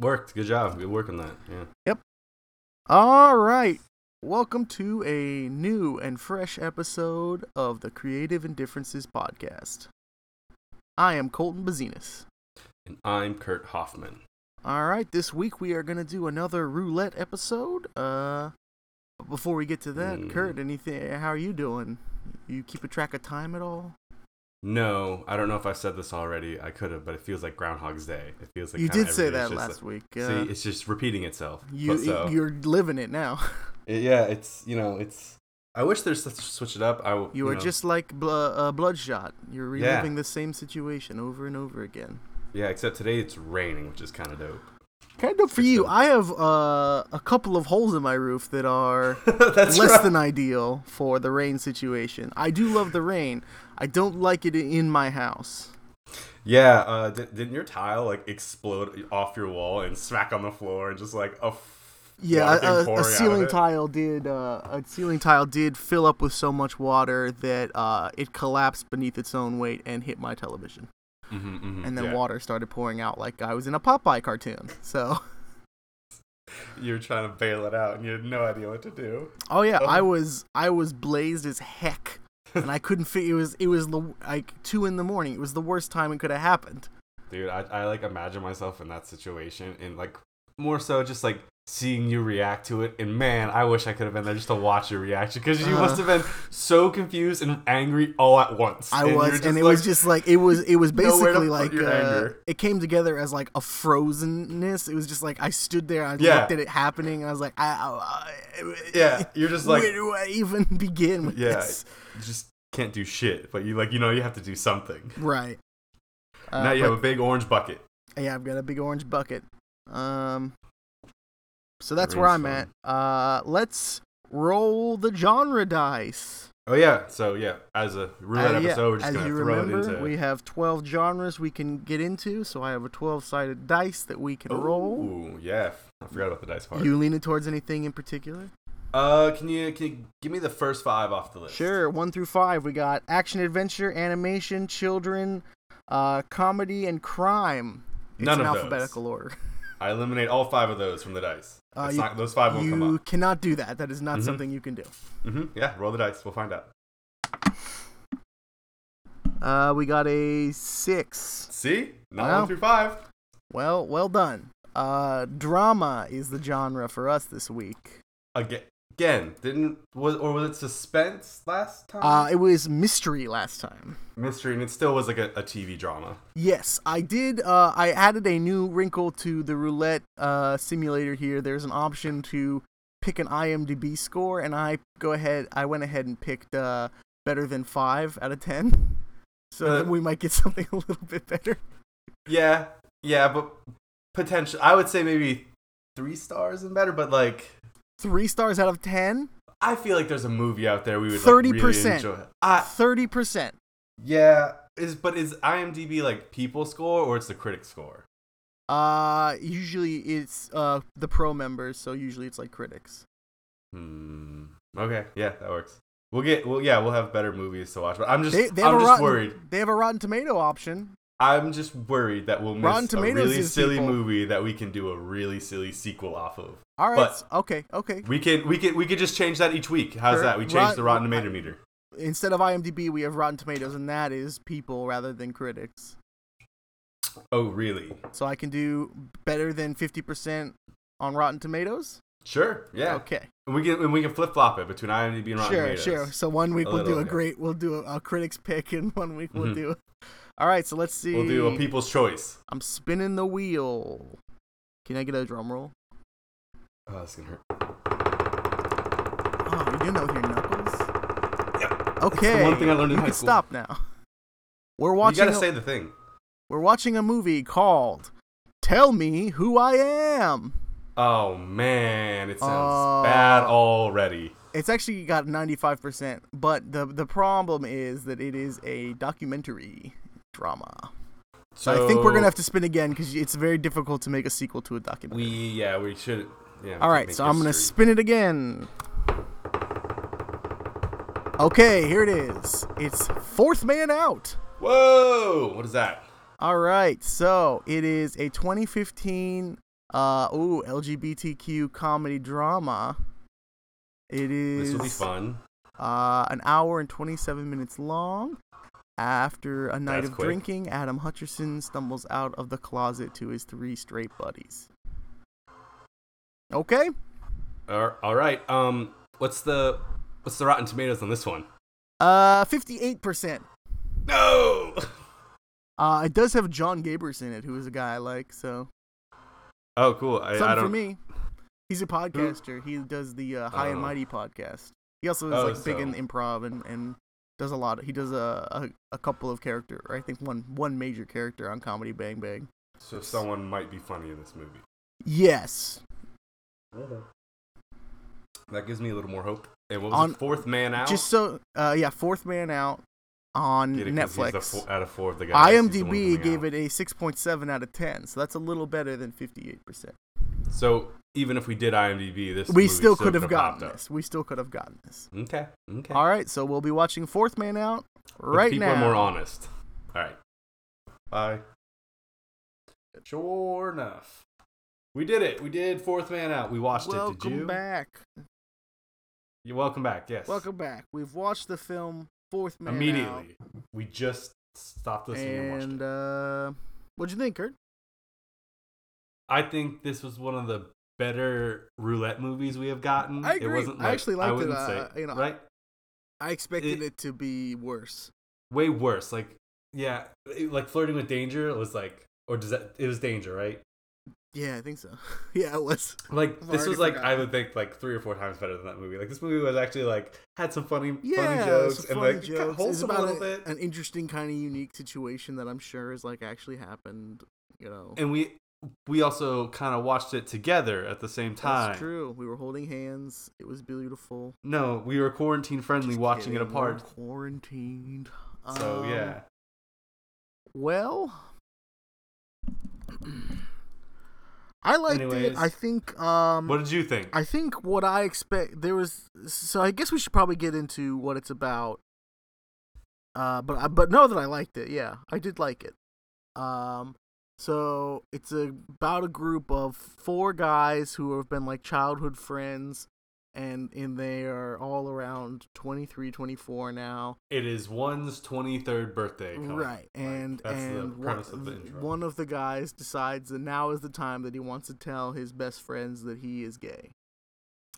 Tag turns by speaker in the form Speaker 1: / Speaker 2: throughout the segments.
Speaker 1: Worked. Good job. Good work on that. Yeah.
Speaker 2: All right. Welcome to a new and fresh episode of the Creative Indifferences podcast. I am Colton Bazinas.
Speaker 1: And I'm Kurt Hoffman.
Speaker 2: All right, this week we are going to do another roulette episode. Uh but before we get to that,
Speaker 1: Mm.
Speaker 2: Kurt, anything how are you doing? You keep a track of time at all?
Speaker 1: No, I don't know if I said this already. I could have, but it feels like Groundhog's Day. It feels like
Speaker 2: you
Speaker 1: kinda
Speaker 2: did say
Speaker 1: every day. It's
Speaker 2: that
Speaker 1: just
Speaker 2: last week.
Speaker 1: like-
Speaker 2: Uh,
Speaker 1: See, it's oh. just repeating itself.
Speaker 2: you
Speaker 1: But so-
Speaker 2: you're living it now.
Speaker 1: it- yeah, it's you know, it's. I wish there's stuff to switch it up. I w-
Speaker 2: You are
Speaker 1: know,
Speaker 2: just like bl- uh, Bloodshot. You're
Speaker 1: Yeah.
Speaker 2: reliving the same situation over and over again.
Speaker 1: yeah. Except today it's raining, which is kind of dope.
Speaker 2: Kind of for
Speaker 1: It's
Speaker 2: you.
Speaker 1: been-
Speaker 2: I have uh, a couple of holes in my roof that are
Speaker 1: That's
Speaker 2: less
Speaker 1: right.
Speaker 2: than ideal for the rain situation. I do love the rain. I don't like it in my house.
Speaker 1: Yeah, uh, di- didn't your tile like explode off your wall and smack on the floor and just like a f-
Speaker 2: Yeah,
Speaker 1: water came
Speaker 2: a- a, a
Speaker 1: pouring out of
Speaker 2: ceiling
Speaker 1: it?
Speaker 2: tile did uh, a ceiling tile did fill up with so much water that uh, it collapsed beneath its own weight and hit my television.
Speaker 1: Mhm, mhm,
Speaker 2: And then
Speaker 1: yeah.
Speaker 2: water started pouring out like I was in a Popeye cartoon. So.
Speaker 1: You're trying to bail it out, and you had no idea what to do.
Speaker 2: Oh yeah, I
Speaker 1: Oh.
Speaker 2: was I was blazed as heck, and I couldn't fit. It was it was the- like two in the morning. It was the worst time it could have happened.
Speaker 1: Dude, I, I like imagine myself in that situation, and like more so just like seeing you react to it. And man, I wish I could have been there just to watch your reaction because you
Speaker 2: Uh.
Speaker 1: must have been so confused and angry all at once.
Speaker 2: I
Speaker 1: And you were
Speaker 2: was,
Speaker 1: just
Speaker 2: and it
Speaker 1: like-
Speaker 2: was just like it was it was
Speaker 1: Nowhere to
Speaker 2: basically
Speaker 1: put
Speaker 2: like
Speaker 1: your
Speaker 2: uh,
Speaker 1: anger.
Speaker 2: it came together as like a frozenness. It was just like I stood there, I
Speaker 1: Yeah.
Speaker 2: looked at it happening, and I was like, I, I, I
Speaker 1: yeah, you're just like
Speaker 2: where do I even begin with
Speaker 1: Yeah.
Speaker 2: this?
Speaker 1: just can't do shit, but you like you know you have to do something.
Speaker 2: Right. Uh,
Speaker 1: now you
Speaker 2: but-
Speaker 1: have a big orange bucket.
Speaker 2: Yeah, I've got a big orange bucket. Um, so that's where I'm
Speaker 1: Green
Speaker 2: at. Uh, let's roll the genre dice.
Speaker 1: Oh yeah, so yeah, as a roulette
Speaker 2: Uh, yeah,
Speaker 1: episode, we're just
Speaker 2: as
Speaker 1: gonna
Speaker 2: you
Speaker 1: throw
Speaker 2: remember,
Speaker 1: it into
Speaker 2: we have 12 genres we can get into. So I have a 12-sided dice that we can roll.
Speaker 1: Ooh, yeah, I forgot about the dice part.
Speaker 2: You leaning towards anything in particular?
Speaker 1: uh, can you can you give me the first five off the list?
Speaker 2: Sure. One through five, we got action, adventure, animation, children, uh, comedy, and crime. It's
Speaker 1: None
Speaker 2: in
Speaker 1: of those.
Speaker 2: alphabetical order.
Speaker 1: I eliminate all five of those from the dice.
Speaker 2: Uh,
Speaker 1: It's
Speaker 2: you-
Speaker 1: not- those five won't come
Speaker 2: You
Speaker 1: up.
Speaker 2: cannot do that. That is not
Speaker 1: Mhm.
Speaker 2: something you can do.
Speaker 1: hmm Yeah, roll the dice. We'll find out.
Speaker 2: Uh, we got a six.
Speaker 1: See, not
Speaker 2: Wow.
Speaker 1: one through five.
Speaker 2: Well, well done. Uh, drama is the genre for us this week.
Speaker 1: Again, again, didn't was or was it suspense last time?
Speaker 2: Uh, it was mystery last time.
Speaker 1: Mystery, and it still was like a, a TV drama.
Speaker 2: Yes, I did. Uh, I added a new wrinkle to the roulette uh, simulator here. There's an option to pick an IMDb score, and I go ahead. I went ahead and picked uh, better than five out of ten, so
Speaker 1: Uh,
Speaker 2: that we might get something a little bit better.
Speaker 1: Yeah, yeah, but potential. I would say maybe three stars and better, but like
Speaker 2: Three stars out of ten.
Speaker 1: I feel like there's a movie out there we would like, really
Speaker 2: 30%.
Speaker 1: enjoy. I,
Speaker 2: Thirty percent.
Speaker 1: yeah, is but is IMDb like people score or it's the critic score?
Speaker 2: Uh, usually it's uh the pro members, so usually it's like critics.
Speaker 1: Hmm. Okay. Yeah, that works. We'll get. Well, yeah, we'll have better movies to watch. But I'm just.
Speaker 2: They, they have
Speaker 1: I'm
Speaker 2: a
Speaker 1: just
Speaker 2: rotten,
Speaker 1: worried.
Speaker 2: They have a Rotten Tomato option.
Speaker 1: I'm just worried that we'll miss
Speaker 2: Rotten
Speaker 1: a
Speaker 2: Tomatoes
Speaker 1: really
Speaker 2: is
Speaker 1: silly
Speaker 2: people.
Speaker 1: movie that we can do a really silly sequel off of.
Speaker 2: All right.
Speaker 1: But-
Speaker 2: s- okay. Okay.
Speaker 1: We can. We can. We could just change that each week. How's
Speaker 2: Sure.
Speaker 1: that? We change
Speaker 2: Rot-
Speaker 1: the Rotten
Speaker 2: I-
Speaker 1: Tomato meter.
Speaker 2: Instead of IMDb, we have Rotten Tomatoes, and that is people rather than critics.
Speaker 1: Oh, really?
Speaker 2: So I can do better than fifty percent on Rotten Tomatoes.
Speaker 1: Sure. Yeah.
Speaker 2: Okay.
Speaker 1: And we can. And we can flip flop it between IMDb and Rotten
Speaker 2: sure.
Speaker 1: Tomatoes.
Speaker 2: Sure. So one week
Speaker 1: A
Speaker 2: we'll do
Speaker 1: little,
Speaker 2: a
Speaker 1: yeah.
Speaker 2: great. We'll do a, a critics pick, and one week
Speaker 1: Mhm.
Speaker 2: we'll do. All right. So let's see.
Speaker 1: We'll do a People's Choice.
Speaker 2: I'm spinning the wheel. Can I get a drum roll?
Speaker 1: Oh, that's gonna hurt.
Speaker 2: Oh, you're doing that with your knuckles?
Speaker 1: Yep.
Speaker 2: Okay.
Speaker 1: the one thing I learned in
Speaker 2: you
Speaker 1: high
Speaker 2: can
Speaker 1: school.
Speaker 2: stop now. We're
Speaker 1: You
Speaker 2: watching.
Speaker 1: gotta
Speaker 2: a-
Speaker 1: say the thing.
Speaker 2: we're watching a movie called "Tell Me Who I Am."
Speaker 1: Oh man, it sounds
Speaker 2: Oh.
Speaker 1: bad already.
Speaker 2: It's actually got 95%, but the the problem is that it is a documentary drama. So, I think we're gonna have to spin again because it's very difficult to make a sequel to a documentary.
Speaker 1: We yeah, we should. Yeah.
Speaker 2: All right,
Speaker 1: make
Speaker 2: so I'm gonna
Speaker 1: history.
Speaker 2: spin it again. Okay, here it is. It's Fourth Man Out.
Speaker 1: Whoa! What is that?
Speaker 2: All right, so it is a 2015 Uh, ooh, LGBTQ comedy drama. It is
Speaker 1: This will be fun.
Speaker 2: Uh, an hour and 27 minutes long. After a night
Speaker 1: That's
Speaker 2: of
Speaker 1: quick.
Speaker 2: drinking, Adam Hutcherson stumbles out of the closet to his three straight buddies. Okay.
Speaker 1: Ar- All right. Um, what's the what's the Rotten Tomatoes on this one?
Speaker 2: Uh, 58%.
Speaker 1: No.
Speaker 2: Uh, it does have John Gabers in it, who is a guy I like, so.
Speaker 1: Oh, cool. I, I
Speaker 2: Something
Speaker 1: don't.
Speaker 2: for me. He's a podcaster. He does the uh, High and
Speaker 1: Oh.
Speaker 2: Mighty podcast. He also is
Speaker 1: Oh,
Speaker 2: like big in
Speaker 1: so-
Speaker 2: improv and, and does a lot. He does a, a a couple of character, or I think one one major character on Comedy Bang Bang.
Speaker 1: So someone might be funny in this movie.
Speaker 2: Yes,
Speaker 1: That gives me a little more hope. And what was
Speaker 2: On-
Speaker 1: it, fourth man out?
Speaker 2: just so uh, yeah, Fourth Man Out on
Speaker 1: Get it, 'cause he's the
Speaker 2: Netflix.
Speaker 1: four- out of four of the guys. he's the one
Speaker 2: IMDb
Speaker 1: coming
Speaker 2: gave
Speaker 1: out.
Speaker 2: it a 6.7 out of 10, so that's a little better than 58. percent
Speaker 1: So even if we did IMDb, this
Speaker 2: We
Speaker 1: movie
Speaker 2: still could have
Speaker 1: popped
Speaker 2: gotten
Speaker 1: up.
Speaker 2: this. We still could have gotten this.
Speaker 1: Okay. Okay.
Speaker 2: All right, so we'll be watching Fourth Man Out
Speaker 1: But
Speaker 2: right
Speaker 1: people
Speaker 2: now.
Speaker 1: are more honest. All right. Bye. Sure enough, we did it. We did fourth man out. We watched
Speaker 2: Welcome
Speaker 1: it. Did you?
Speaker 2: back.
Speaker 1: You're welcome back. Yes.
Speaker 2: Welcome back. We've watched the film Fourth Man Out,
Speaker 1: Immediately, we just stopped listening and, watched it.
Speaker 2: and uh, what'd you think, Kurt? uh,
Speaker 1: I think this was one of the better roulette movies we have gotten.
Speaker 2: I agree.
Speaker 1: It wasn't
Speaker 2: I
Speaker 1: like,
Speaker 2: actually
Speaker 1: I
Speaker 2: liked it,
Speaker 1: wouldn't
Speaker 2: uh,
Speaker 1: say,
Speaker 2: you know,
Speaker 1: right?
Speaker 2: I expected
Speaker 1: It-
Speaker 2: it to be worse.
Speaker 1: Way worse. Like, yeah, it- like flirting with danger was like, or does that? It was danger, right?
Speaker 2: Yeah, I think so. yeah, it was.
Speaker 1: Like
Speaker 2: I've
Speaker 1: this
Speaker 2: already
Speaker 1: was like I
Speaker 2: forgotten.
Speaker 1: would think like three or four times better than that movie. Like this movie was actually like had some funny,
Speaker 2: Yeah,
Speaker 1: funny jokes
Speaker 2: it's
Speaker 1: and
Speaker 2: funny
Speaker 1: like it got
Speaker 2: jokes. It's
Speaker 1: wholesome a
Speaker 2: about
Speaker 1: little
Speaker 2: a-
Speaker 1: bit.
Speaker 2: an interesting kind of unique situation that I'm sure is like actually happened. You know,
Speaker 1: And we we also kind of watched it together at the same time.
Speaker 2: that's true. We were holding hands. It was beautiful.
Speaker 1: No, we were quarantine friendly,
Speaker 2: Just
Speaker 1: watching it
Speaker 2: kidding, we're
Speaker 1: apart.
Speaker 2: quarantined.
Speaker 1: So
Speaker 2: Um,
Speaker 1: yeah,
Speaker 2: Well, I liked it.
Speaker 1: Anyways.
Speaker 2: I think. Um,
Speaker 1: what did you think?
Speaker 2: I think what I expect there was. So I guess we should probably get into what it's about. Uh, but I, but know that I liked it. Yeah, I did like it. Um, so it's a, about a group of four guys who have been like childhood friends, and and they are all around 23, 24 now.
Speaker 1: It is one's twenty third birthday. Colin.
Speaker 2: Right,
Speaker 1: Like,
Speaker 2: and
Speaker 1: that's
Speaker 2: and
Speaker 1: the
Speaker 2: one, mm,
Speaker 1: premise of the intro.
Speaker 2: one of the guys decides that now is the time that he wants to tell his best friends that he is gay.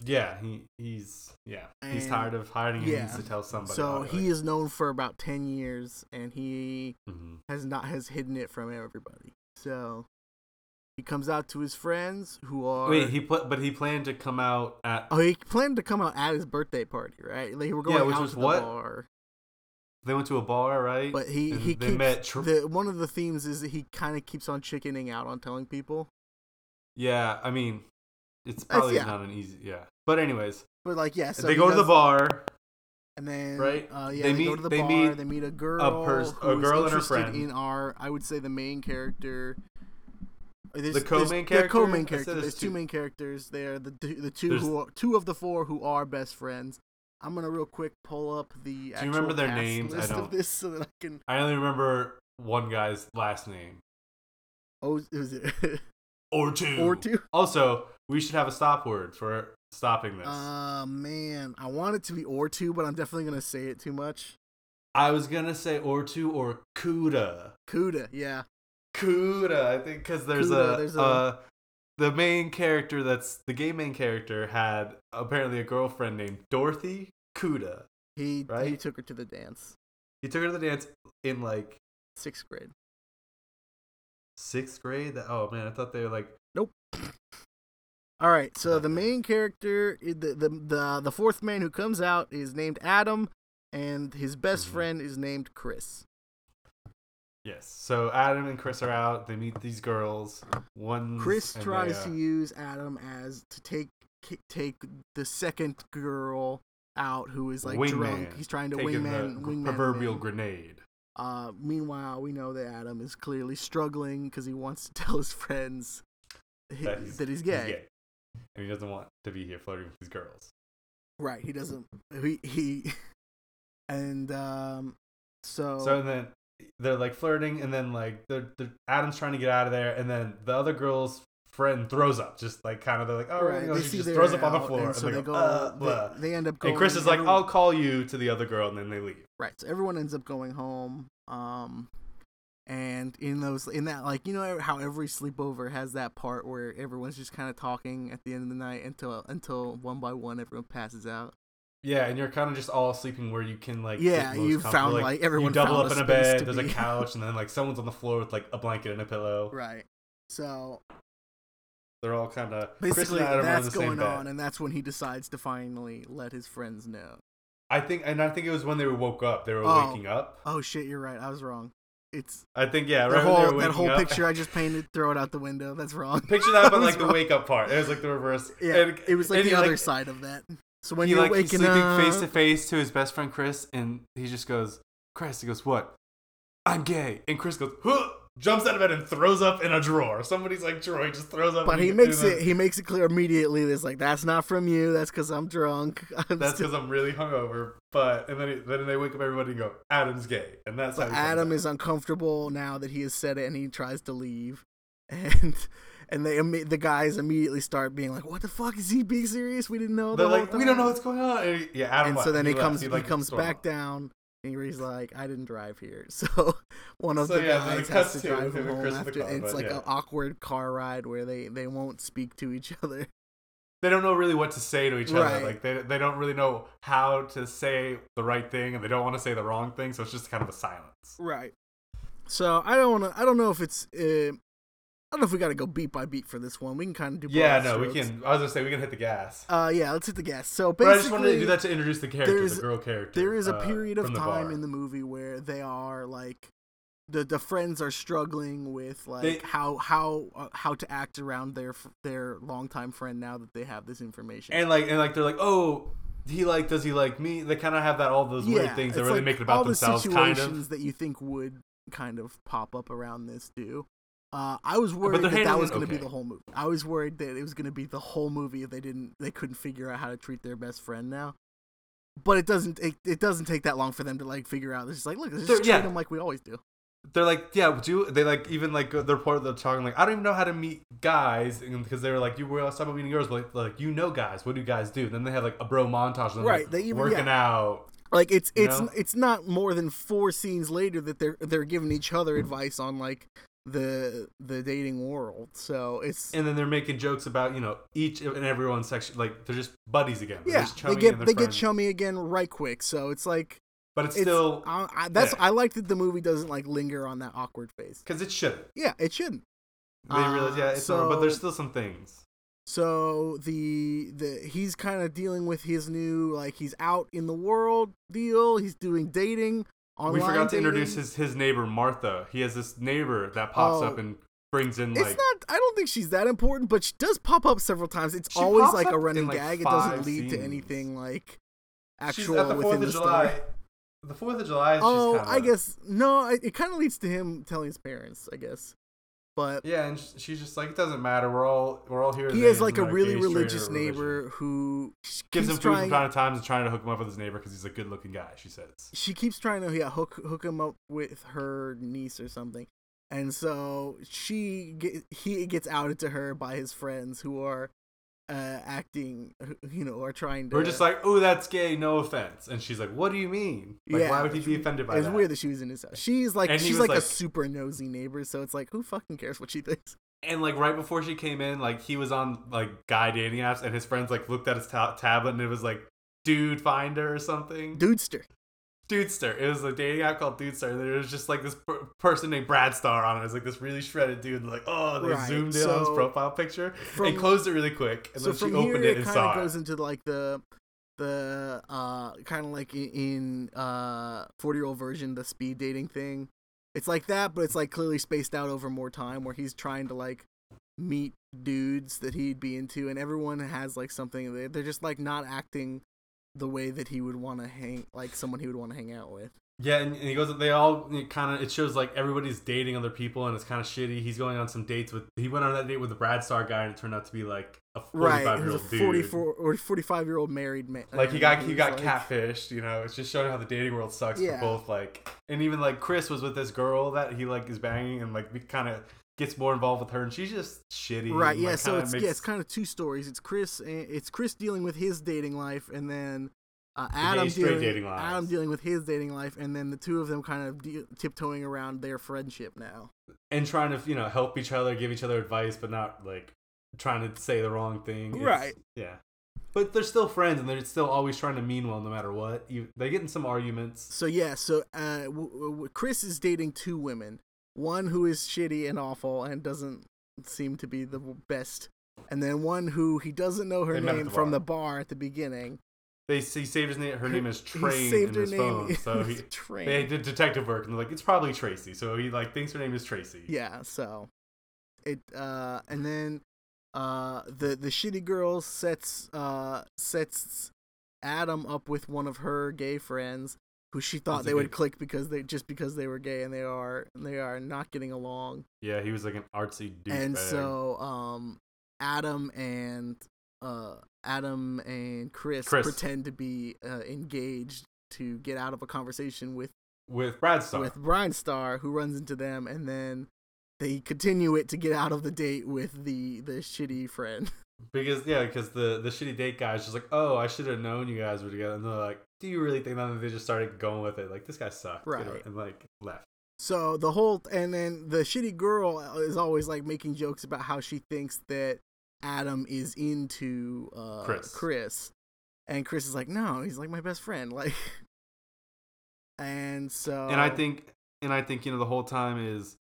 Speaker 1: yeah, he he's yeah he's
Speaker 2: And-
Speaker 1: tired of hiding. and He
Speaker 2: yeah.
Speaker 1: needs to tell somebody.
Speaker 2: so
Speaker 1: about it,
Speaker 2: he is known for about ten years, and he
Speaker 1: like, mhm.
Speaker 2: has not has hidden it from everybody. So he comes out to his friends who are.
Speaker 1: Wait, he pl- but he planned to come out at.
Speaker 2: Oh, he planned to come out at his birthday party, right? Like, we're
Speaker 1: Yeah,
Speaker 2: going
Speaker 1: which
Speaker 2: out
Speaker 1: was
Speaker 2: to the
Speaker 1: what?
Speaker 2: bar,
Speaker 1: They went to a bar, right?
Speaker 2: but he
Speaker 1: And
Speaker 2: he
Speaker 1: they
Speaker 2: keeps
Speaker 1: met. Tr-
Speaker 2: the, one of the themes is that he kind of keeps on chickening out on telling people.
Speaker 1: yeah, I mean, it's
Speaker 2: That's-
Speaker 1: probably
Speaker 2: yeah.
Speaker 1: not an easy. Yeah, but anyways,
Speaker 2: But like, yeah, so
Speaker 1: they
Speaker 2: he
Speaker 1: go to the
Speaker 2: does-
Speaker 1: bar.
Speaker 2: And then,
Speaker 1: Right?
Speaker 2: Uh, yeah,
Speaker 1: They
Speaker 2: they, go
Speaker 1: meet-
Speaker 2: to the
Speaker 1: they
Speaker 2: bar.
Speaker 1: meet
Speaker 2: they meet a girl,
Speaker 1: pers- a
Speaker 2: who
Speaker 1: girl
Speaker 2: is
Speaker 1: and her
Speaker 2: interested
Speaker 1: friend.
Speaker 2: in our, I would say, the main character. There's,
Speaker 1: The co-main
Speaker 2: there's-
Speaker 1: character?
Speaker 2: The co-main
Speaker 1: I said
Speaker 2: character.
Speaker 1: there's
Speaker 2: There's two
Speaker 1: two.
Speaker 2: main characters. They're the two- the two
Speaker 1: There's-
Speaker 2: who are, two of the four who are best friends. I'm gonna real quick pull up the. Do
Speaker 1: remember their names? I
Speaker 2: List
Speaker 1: don't.
Speaker 2: of this so that I can.
Speaker 1: I only remember one guy's last name
Speaker 2: Oh, is it
Speaker 1: or two.
Speaker 2: or two?
Speaker 1: Also, we should have a stop word for stopping this.
Speaker 2: Uh, man, I want it to be or two, but I'm definitely gonna say it too much.
Speaker 1: I was gonna say or two or Cuda.
Speaker 2: Cuda, yeah.
Speaker 1: Cuda, I think, because there's,
Speaker 2: Cuda,
Speaker 1: a,
Speaker 2: there's a-
Speaker 1: uh, the main character that's the gay main character had apparently a girlfriend named Dorothy Cuda.
Speaker 2: He he
Speaker 1: Right?
Speaker 2: took her to the dance,
Speaker 1: He took her to the dance in like
Speaker 2: sixth grade.
Speaker 1: sixth grade. That, oh man, I thought they were like
Speaker 2: All right, so
Speaker 1: Not
Speaker 2: the
Speaker 1: bad.
Speaker 2: main character, i- the the the, the fourth man who comes out is named Adam, and his best
Speaker 1: Mhm.
Speaker 2: friend is named Chris.
Speaker 1: yes. So Adam and Chris are out. They meet these girls. One
Speaker 2: Chris
Speaker 1: and they,
Speaker 2: tries
Speaker 1: uh,
Speaker 2: to use Adam as to take ki- take the second girl out who is like drunk.
Speaker 1: Wingman.
Speaker 2: He's trying to
Speaker 1: taking
Speaker 2: wingman
Speaker 1: the
Speaker 2: wingman
Speaker 1: proverbial
Speaker 2: them.
Speaker 1: grenade.
Speaker 2: Uh, meanwhile, we know that Adam is clearly struggling because he wants to tell his friends hi-
Speaker 1: That he's-
Speaker 2: that he's gay.
Speaker 1: And he doesn't want to be here flirting with these girls.
Speaker 2: Right? He doesn't. He he, and um,
Speaker 1: So then they're like flirting, and then like they're, they're Adam's trying to get out of there, and then the other girl's friend throws up, just like kind of they're like, oh,
Speaker 2: Right,
Speaker 1: you know,
Speaker 2: they
Speaker 1: she
Speaker 2: see
Speaker 1: just
Speaker 2: they're
Speaker 1: throws up on the
Speaker 2: out,
Speaker 1: floor,
Speaker 2: and
Speaker 1: and
Speaker 2: so
Speaker 1: they
Speaker 2: they
Speaker 1: go,
Speaker 2: go-
Speaker 1: "Uh,
Speaker 2: they-
Speaker 1: blah."
Speaker 2: they end up going.
Speaker 1: And Chris is like, "Oh."
Speaker 2: everyone-
Speaker 1: I'll call you to the other girl, and then they leave.
Speaker 2: Right. So everyone ends up going home. Um, and in those, in that, like you know how every sleepover has that part where everyone's just kind of talking at the end of the night until until one by one everyone passes out.
Speaker 1: Yeah, and you're kind of just all sleeping where you can like.
Speaker 2: Yeah,
Speaker 1: get most
Speaker 2: you've
Speaker 1: comfortable.
Speaker 2: found, like, everyone
Speaker 1: You double
Speaker 2: found
Speaker 1: up
Speaker 2: a
Speaker 1: in a
Speaker 2: space
Speaker 1: bed.
Speaker 2: to
Speaker 1: There's
Speaker 2: be.
Speaker 1: a couch, and then like someone's on the floor with like a blanket and a pillow.
Speaker 2: Right. So
Speaker 1: They're all kind of. Chris
Speaker 2: basically,
Speaker 1: and Adam are in
Speaker 2: that's
Speaker 1: the same
Speaker 2: going
Speaker 1: bed.
Speaker 2: on, and that's when he decides to finally let his friends know.
Speaker 1: I think, and I think it was when they woke up. They were
Speaker 2: Oh.
Speaker 1: waking up.
Speaker 2: Oh shit, you're right. I was wrong. It's
Speaker 1: I think yeah,
Speaker 2: that
Speaker 1: right when they
Speaker 2: whole
Speaker 1: were
Speaker 2: that whole
Speaker 1: waking up.
Speaker 2: picture I just painted. Throw it out the window. That's wrong.
Speaker 1: Picture that, but
Speaker 2: was
Speaker 1: like the
Speaker 2: wrong.
Speaker 1: wake up part. It was like the reverse.
Speaker 2: Yeah,
Speaker 1: And-
Speaker 2: it was like
Speaker 1: and
Speaker 2: the
Speaker 1: he,
Speaker 2: other side of that. So when
Speaker 1: he
Speaker 2: you're
Speaker 1: like he's
Speaker 2: waking
Speaker 1: sleeping
Speaker 2: up,
Speaker 1: face to face to his best friend Chris, and he just goes, "Chris," he goes, "What? I'm gay." And Chris goes, "Huh!" Jumps out of bed and throws up in a drawer. Somebody's like drawer. He just throws up.
Speaker 2: But
Speaker 1: in-
Speaker 2: he makes
Speaker 1: in a-
Speaker 2: it he makes it clear immediately. That's like that's not from you. That's because I'm drunk. I'm
Speaker 1: That's
Speaker 2: still-
Speaker 1: because I'm really hungover. But and then it- then they wake up everybody and go, "Adam's gay," and that's
Speaker 2: but
Speaker 1: how he finds
Speaker 2: Adam
Speaker 1: out.
Speaker 2: is uncomfortable now that he has said it, and he tries to leave, and and they imme- the guys immediately start being like, "What the fuck is he being serious? We didn't know."
Speaker 1: They're
Speaker 2: the whole
Speaker 1: like, "We don't know
Speaker 2: time."
Speaker 1: what's going on." And he- yeah, Adam.
Speaker 2: And
Speaker 1: left.
Speaker 2: so then he,
Speaker 1: left.
Speaker 2: comes he,
Speaker 1: like,
Speaker 2: comes
Speaker 1: stormed
Speaker 2: back
Speaker 1: off.
Speaker 2: down, and he's like, "I didn't drive here." So one of
Speaker 1: So,
Speaker 2: the
Speaker 1: yeah, then
Speaker 2: guys
Speaker 1: it
Speaker 2: has
Speaker 1: cuts
Speaker 2: to
Speaker 1: to
Speaker 2: drive
Speaker 1: him and
Speaker 2: him home
Speaker 1: Chris in the
Speaker 2: after.
Speaker 1: car,
Speaker 2: and it's
Speaker 1: but
Speaker 2: like
Speaker 1: yeah.
Speaker 2: an awkward car ride where they they won't speak to each other.
Speaker 1: they don't know really what to say to each
Speaker 2: Right.
Speaker 1: other. Like they they don't really know how to say the right thing, and they don't want to say the wrong thing. So it's just kind of a silence.
Speaker 2: Right. So I don't want to. I don't know if it's. Uh, I don't know if we got to go beat by beat for this one. We can kind of do.
Speaker 1: Yeah,
Speaker 2: broad
Speaker 1: no, we
Speaker 2: strokes.
Speaker 1: can. I was gonna say we can hit the gas.
Speaker 2: Uh, yeah, let's hit the gas. So
Speaker 1: But
Speaker 2: basically,
Speaker 1: I just wanted to do that to introduce the character,
Speaker 2: there's-
Speaker 1: the girl character.
Speaker 2: there is a
Speaker 1: uh,
Speaker 2: period of
Speaker 1: from the
Speaker 2: time
Speaker 1: bar.
Speaker 2: in the movie where they are like, the the friends are struggling with like
Speaker 1: They-
Speaker 2: how how uh, how to act around their f- their longtime friend now that they have this information.
Speaker 1: and like and like they're like oh. He like does he like me? They kind of have that all those weird things that
Speaker 2: it's
Speaker 1: really
Speaker 2: like
Speaker 1: make it
Speaker 2: all
Speaker 1: about
Speaker 2: the
Speaker 1: themselves,
Speaker 2: situations
Speaker 1: kind of.
Speaker 2: that you think would kind of pop up around this do. Uh, I was
Speaker 1: they're
Speaker 2: worried that that
Speaker 1: handling
Speaker 2: was
Speaker 1: it
Speaker 2: going to be
Speaker 1: okay.
Speaker 2: the whole movie. I was worried that it was going to be the whole movie if they didn't, they couldn't figure out how to treat their best friend now. But it doesn't, it, it doesn't take that long for them to like figure out. It's just like, look, let's just
Speaker 1: They're-
Speaker 2: treat
Speaker 1: yeah.
Speaker 2: them like we always do.
Speaker 1: They're like, yeah, would you? They like even like they're part of the talking like I don't even know how to meet guys because they were like you were talking about meeting girls, but like, you know guys, what do guys do? then they have like a bro montage, of them,
Speaker 2: Right,
Speaker 1: like,
Speaker 2: they even-
Speaker 1: working out,
Speaker 2: Like it's
Speaker 1: You
Speaker 2: it's
Speaker 1: know?
Speaker 2: it's not more than four scenes later that they're they're giving each other advice on like the the dating world. So it's
Speaker 1: and then they're making jokes about you know each and everyone's section like they're just buddies again They're
Speaker 2: yeah,
Speaker 1: just
Speaker 2: they
Speaker 1: chummy
Speaker 2: get
Speaker 1: and
Speaker 2: they
Speaker 1: they're
Speaker 2: get
Speaker 1: friends.
Speaker 2: chummy again right quick. So it's like
Speaker 1: but it's
Speaker 2: it's
Speaker 1: still
Speaker 2: I, I, that's
Speaker 1: yeah.
Speaker 2: I like that the movie doesn't like linger on that awkward phase.
Speaker 1: because it should
Speaker 2: Yeah, it shouldn't.
Speaker 1: they
Speaker 2: Uh,
Speaker 1: realize yeah it's over,
Speaker 2: so-
Speaker 1: but there's still some things
Speaker 2: So the the he's kind of dealing with his new like he's out in the world deal. He's doing dating online.
Speaker 1: we forgot to
Speaker 2: dating.
Speaker 1: introduce his his neighbor Martha he has this neighbor that pops
Speaker 2: Oh.
Speaker 1: up and brings in
Speaker 2: It's
Speaker 1: like
Speaker 2: not. I don't think she's that important, but she does pop up several times. It's
Speaker 1: She
Speaker 2: always
Speaker 1: pops
Speaker 2: like
Speaker 1: up
Speaker 2: a
Speaker 1: in,
Speaker 2: running
Speaker 1: like,
Speaker 2: gag. It doesn't
Speaker 1: five
Speaker 2: lead to
Speaker 1: scenes.
Speaker 2: anything like
Speaker 1: she's
Speaker 2: actual
Speaker 1: at the Fourth
Speaker 2: within
Speaker 1: of
Speaker 2: the
Speaker 1: July
Speaker 2: story.
Speaker 1: the Fourth of July is
Speaker 2: Oh,
Speaker 1: just
Speaker 2: I
Speaker 1: kind of
Speaker 2: guess no. It, it kind of leads to him telling his parents, I guess. But
Speaker 1: yeah and sh- she's just like it doesn't matter we're all we're all here
Speaker 2: he
Speaker 1: today
Speaker 2: has
Speaker 1: and
Speaker 2: like a
Speaker 1: we're
Speaker 2: really
Speaker 1: gay, straight, or
Speaker 2: religious
Speaker 1: religion."
Speaker 2: neighbor who sh-
Speaker 1: gives him
Speaker 2: keeps
Speaker 1: food from
Speaker 2: trying.
Speaker 1: time to time and trying to hook him up with his neighbor because he's a good looking guy she says
Speaker 2: She keeps trying to yeah hook hook him up with her niece or something, and so she ge- he gets outed to her by his friends who are uh, acting who- you know are trying to.
Speaker 1: We're just like, oh, that's gay, no offense. And she's like, what do you mean? Like,
Speaker 2: Yeah,
Speaker 1: why would he
Speaker 2: it's
Speaker 1: be offended by
Speaker 2: it's
Speaker 1: that?
Speaker 2: weird that she was in his house. She's like
Speaker 1: And he
Speaker 2: she's
Speaker 1: was
Speaker 2: like, a
Speaker 1: like-
Speaker 2: super nosy neighbor, so it's like who fucking cares what she thinks.
Speaker 1: And like right before she came in, like he was on like guy dating apps, and his friends like looked at his ta- tablet, and it was like, dude finder or something.
Speaker 2: Dudester.
Speaker 1: Dudester. It was a dating app called Dudester. and There was just like this per- person named Brad Star on it. It was like this really shredded dude. And like, oh, they
Speaker 2: Right,
Speaker 1: zoomed in on his
Speaker 2: so
Speaker 1: profile picture
Speaker 2: from-
Speaker 1: and closed it really quick, and
Speaker 2: so
Speaker 1: then she
Speaker 2: from
Speaker 1: opened
Speaker 2: here,
Speaker 1: it and
Speaker 2: kind of
Speaker 1: saw
Speaker 2: goes
Speaker 1: it.
Speaker 2: into like the the uh kind of like i- in uh 40 year old version the speed dating thing it's like that but it's like clearly spaced out over more time where he's trying to like meet dudes that he'd be into and everyone has like something they- they're just like not acting the way that he would want to hang like someone he would want to hang out with
Speaker 1: Yeah, and, and he goes. They all kind of. It shows like everybody's dating other people, and it's kind of shitty. He's going on some dates with. He went on that date with the Brad Star guy, and it turned out to be like a
Speaker 2: right
Speaker 1: forty-five year
Speaker 2: he's a
Speaker 1: old dude.
Speaker 2: 44 or 45 year old married man
Speaker 1: Like he got he
Speaker 2: who's,
Speaker 1: got
Speaker 2: like-
Speaker 1: catfished. You know, it's just showing how the dating world sucks
Speaker 2: Yeah.
Speaker 1: for both. Like, and even like Chris was with this girl that he like is banging, and like we kind of gets more involved with her, and she's just shitty. and,
Speaker 2: right?
Speaker 1: like,
Speaker 2: Yeah. so
Speaker 1: kinda
Speaker 2: it's
Speaker 1: makes-
Speaker 2: yeah, it's kind of two stories. It's Chris, and it's Chris dealing with his dating life, and then uh, Adam
Speaker 1: gay straight
Speaker 2: dealing
Speaker 1: dating lives.
Speaker 2: Adam dealing with his dating life, and then the two of them kind of de- tiptoeing around their friendship now.
Speaker 1: and trying to you know help each other, give each other advice, but not like trying to say the wrong thing. It's-
Speaker 2: Right.
Speaker 1: Yeah. But they're still friends, and they're still always trying to mean well, no matter what. You, they get in some arguments.
Speaker 2: So yeah, so uh, w- w- w- Chris is dating two women, one who is shitty and awful and doesn't seem to be the w- best, and then one who he doesn't know her
Speaker 1: They met at
Speaker 2: name
Speaker 1: the
Speaker 2: from
Speaker 1: bar.
Speaker 2: the bar at the beginning.
Speaker 1: They he saved his name. Her name is
Speaker 2: He
Speaker 1: Train in
Speaker 2: saved her
Speaker 1: his
Speaker 2: name
Speaker 1: phone.
Speaker 2: in
Speaker 1: So
Speaker 2: his
Speaker 1: he,
Speaker 2: train.
Speaker 1: they did detective work, and they're like, it's probably Tracy. So he like thinks her name is Tracy.
Speaker 2: yeah so it uh and then uh the the shitty girl sets uh sets adam up with one of her gay friends who she thought
Speaker 1: Who's a
Speaker 2: they
Speaker 1: gay-
Speaker 2: would click because they just because they were gay and they are and they are not getting along
Speaker 1: Yeah, he was like an artsy dude.
Speaker 2: and so um adam and uh adam and chris,
Speaker 1: Chris.
Speaker 2: pretend to be uh, engaged to get out of a conversation with
Speaker 1: with Brad Star,
Speaker 2: with Brian Star, who runs into them, and then they continue it to get out of the date with the the shitty friend.
Speaker 1: because yeah, because the the shitty date guy's just like, oh, I should have known you guys were together. And they're like, do you really think that? And they just started going with it. Like this guy sucked,
Speaker 2: Right.
Speaker 1: And like left.
Speaker 2: So the whole and then the shitty girl is always like making jokes about how she thinks that Adam is into uh,
Speaker 1: Chris.
Speaker 2: Chris, and Chris is like, no, he's like my best friend, like. And so,
Speaker 1: and I think and I think you know the whole time is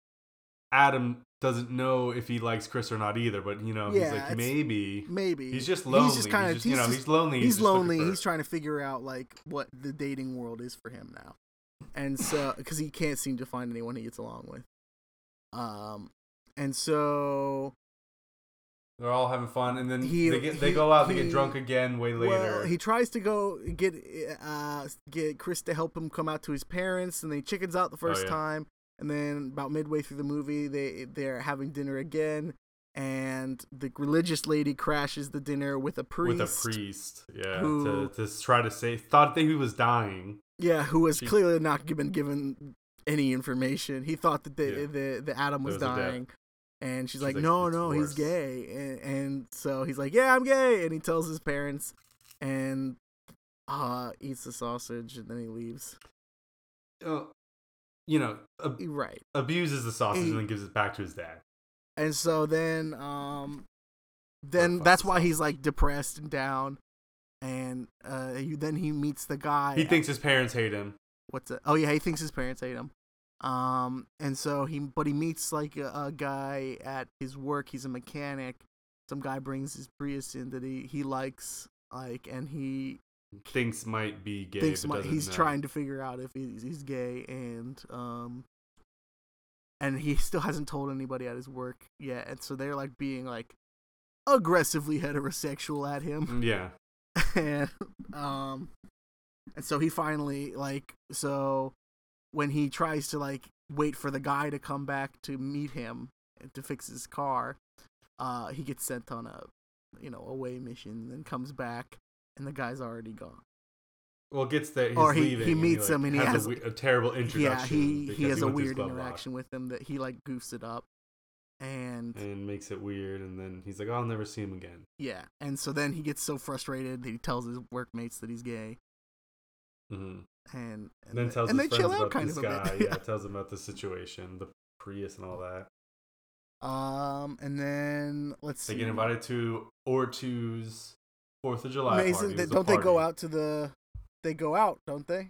Speaker 1: Adam doesn't know if he likes Chris or not either, but you know
Speaker 2: Yeah,
Speaker 1: he's like
Speaker 2: it's-
Speaker 1: maybe
Speaker 2: maybe
Speaker 1: he's just lonely. He's
Speaker 2: just kind of
Speaker 1: you know he's lonely.
Speaker 2: he's,
Speaker 1: just looking
Speaker 2: lonely.
Speaker 1: for-
Speaker 2: He's trying to figure out like what the dating world is for him now, and so because he can't seem to find anyone he gets along with. Um, and so
Speaker 1: They're all having fun, and then
Speaker 2: He-
Speaker 1: they get they
Speaker 2: he-
Speaker 1: go out, they
Speaker 2: he-
Speaker 1: get drunk again way later.
Speaker 2: well, he tries to go get uh get Chris to help him come out to his parents, and they chickens out the first
Speaker 1: Oh, yeah.
Speaker 2: time, and then about midway through the movie, they they're having dinner again. And the religious lady crashes the dinner with a priest.
Speaker 1: with a priest, yeah,
Speaker 2: who-
Speaker 1: to, to try to save. Thought that he was dying.
Speaker 2: Yeah, who was
Speaker 1: She-
Speaker 2: clearly not gi- been given any information. He thought that the
Speaker 1: Yeah.
Speaker 2: the, the Adam was
Speaker 1: There was a death.
Speaker 2: dying, and she's,
Speaker 1: She's
Speaker 2: like,
Speaker 1: like,
Speaker 2: "No,
Speaker 1: "It's
Speaker 2: no, he's
Speaker 1: worse."
Speaker 2: gay," and, and so he's like, "Yeah, I'm gay," and he tells his parents, and uh eats the sausage, and then he leaves.
Speaker 1: Uh, you know, ab-
Speaker 2: Right,
Speaker 1: abuses the sausage
Speaker 2: He-
Speaker 1: and then gives it back to his dad.
Speaker 2: and so then
Speaker 1: Oh,
Speaker 2: um, then
Speaker 1: fuck
Speaker 2: that's
Speaker 1: the
Speaker 2: why he's like depressed and down, and uh, you, then he meets the guy.
Speaker 1: He thinks his parents hate him.
Speaker 2: what's it? Oh yeah, he thinks his parents hate him. Um, and so he, but he meets like a, a guy at his work. He's a mechanic. Some guy brings his Prius in that he he likes, like, and he
Speaker 1: Thinks might be gay.
Speaker 2: thinks
Speaker 1: but
Speaker 2: my,
Speaker 1: doesn't
Speaker 2: he's
Speaker 1: know.
Speaker 2: trying to figure out if he's, he's gay, and um, and he still hasn't told anybody at his work yet. And so they're like being like aggressively heterosexual at
Speaker 1: Mm,
Speaker 2: him
Speaker 1: Yeah,
Speaker 2: and um and so he finally like so when he tries to like wait for the guy to come back to meet him and to fix his car uh he gets sent on a you know away mission and comes back and the guy's already gone
Speaker 1: Well, gets there. He's
Speaker 2: Or he-
Speaker 1: leaving,
Speaker 2: he meets
Speaker 1: like,
Speaker 2: him and he
Speaker 1: has,
Speaker 2: has-
Speaker 1: a, we- a terrible introduction.
Speaker 2: yeah he
Speaker 1: because
Speaker 2: he has a
Speaker 1: went through his
Speaker 2: weird
Speaker 1: glove lock
Speaker 2: interaction with him that he like goofs it up and
Speaker 1: and makes it weird, and then he's like, "I'll never see him again."
Speaker 2: yeah and so then he gets so frustrated that he tells his workmates that he's gay
Speaker 1: Mhm.
Speaker 2: and and,
Speaker 1: And then
Speaker 2: th-
Speaker 1: tells
Speaker 2: and
Speaker 1: his
Speaker 2: they
Speaker 1: friends
Speaker 2: chill out
Speaker 1: about
Speaker 2: kind
Speaker 1: this
Speaker 2: of a
Speaker 1: guy.
Speaker 2: bit
Speaker 1: yeah, tells him about the situation, the Prius, and all that.
Speaker 2: Um, and then let's
Speaker 1: They
Speaker 2: see.
Speaker 1: get invited to Ortu's Fourth of July
Speaker 2: Mason-
Speaker 1: party. It
Speaker 2: they-
Speaker 1: was a
Speaker 2: don't they go
Speaker 1: party.
Speaker 2: out to the? They go out, don't they?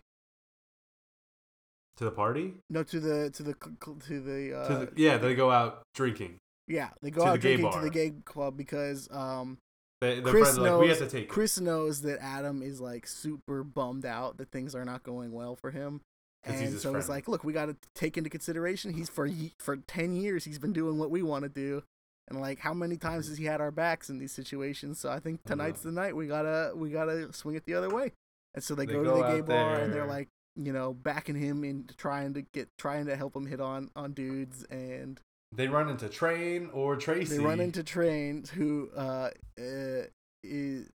Speaker 1: to the party?
Speaker 2: No, to the to the cl- cl- to the, uh,
Speaker 1: to the, yeah, they go out drinking.
Speaker 2: yeah. They go
Speaker 1: to
Speaker 2: out
Speaker 1: the gay
Speaker 2: drinking to
Speaker 1: bar.
Speaker 2: the gay club because um
Speaker 1: They, their
Speaker 2: Chris
Speaker 1: friends are like, "We
Speaker 2: knows-
Speaker 1: have to take." it."
Speaker 2: Chris knows that Adam is like super bummed out that things are not going well for him.
Speaker 1: 'Cause he's
Speaker 2: And
Speaker 1: his
Speaker 2: so he's
Speaker 1: friend.
Speaker 2: like, look, we got to take into consideration he's for ye- for 10 years he's been doing what we want to do. And like how many times has he had our backs in these situations? So I think
Speaker 1: Mm-hmm. I know.
Speaker 2: tonight's the night we got to we got to swing it the other way. And so they,
Speaker 1: They
Speaker 2: go,
Speaker 1: go
Speaker 2: to the gay
Speaker 1: out
Speaker 2: bar and they're
Speaker 1: there.
Speaker 2: like, you know, backing him into trying to get trying to help him hit on on dudes and
Speaker 1: They run into Train or Tracy.
Speaker 2: they run into trains who uh, uh is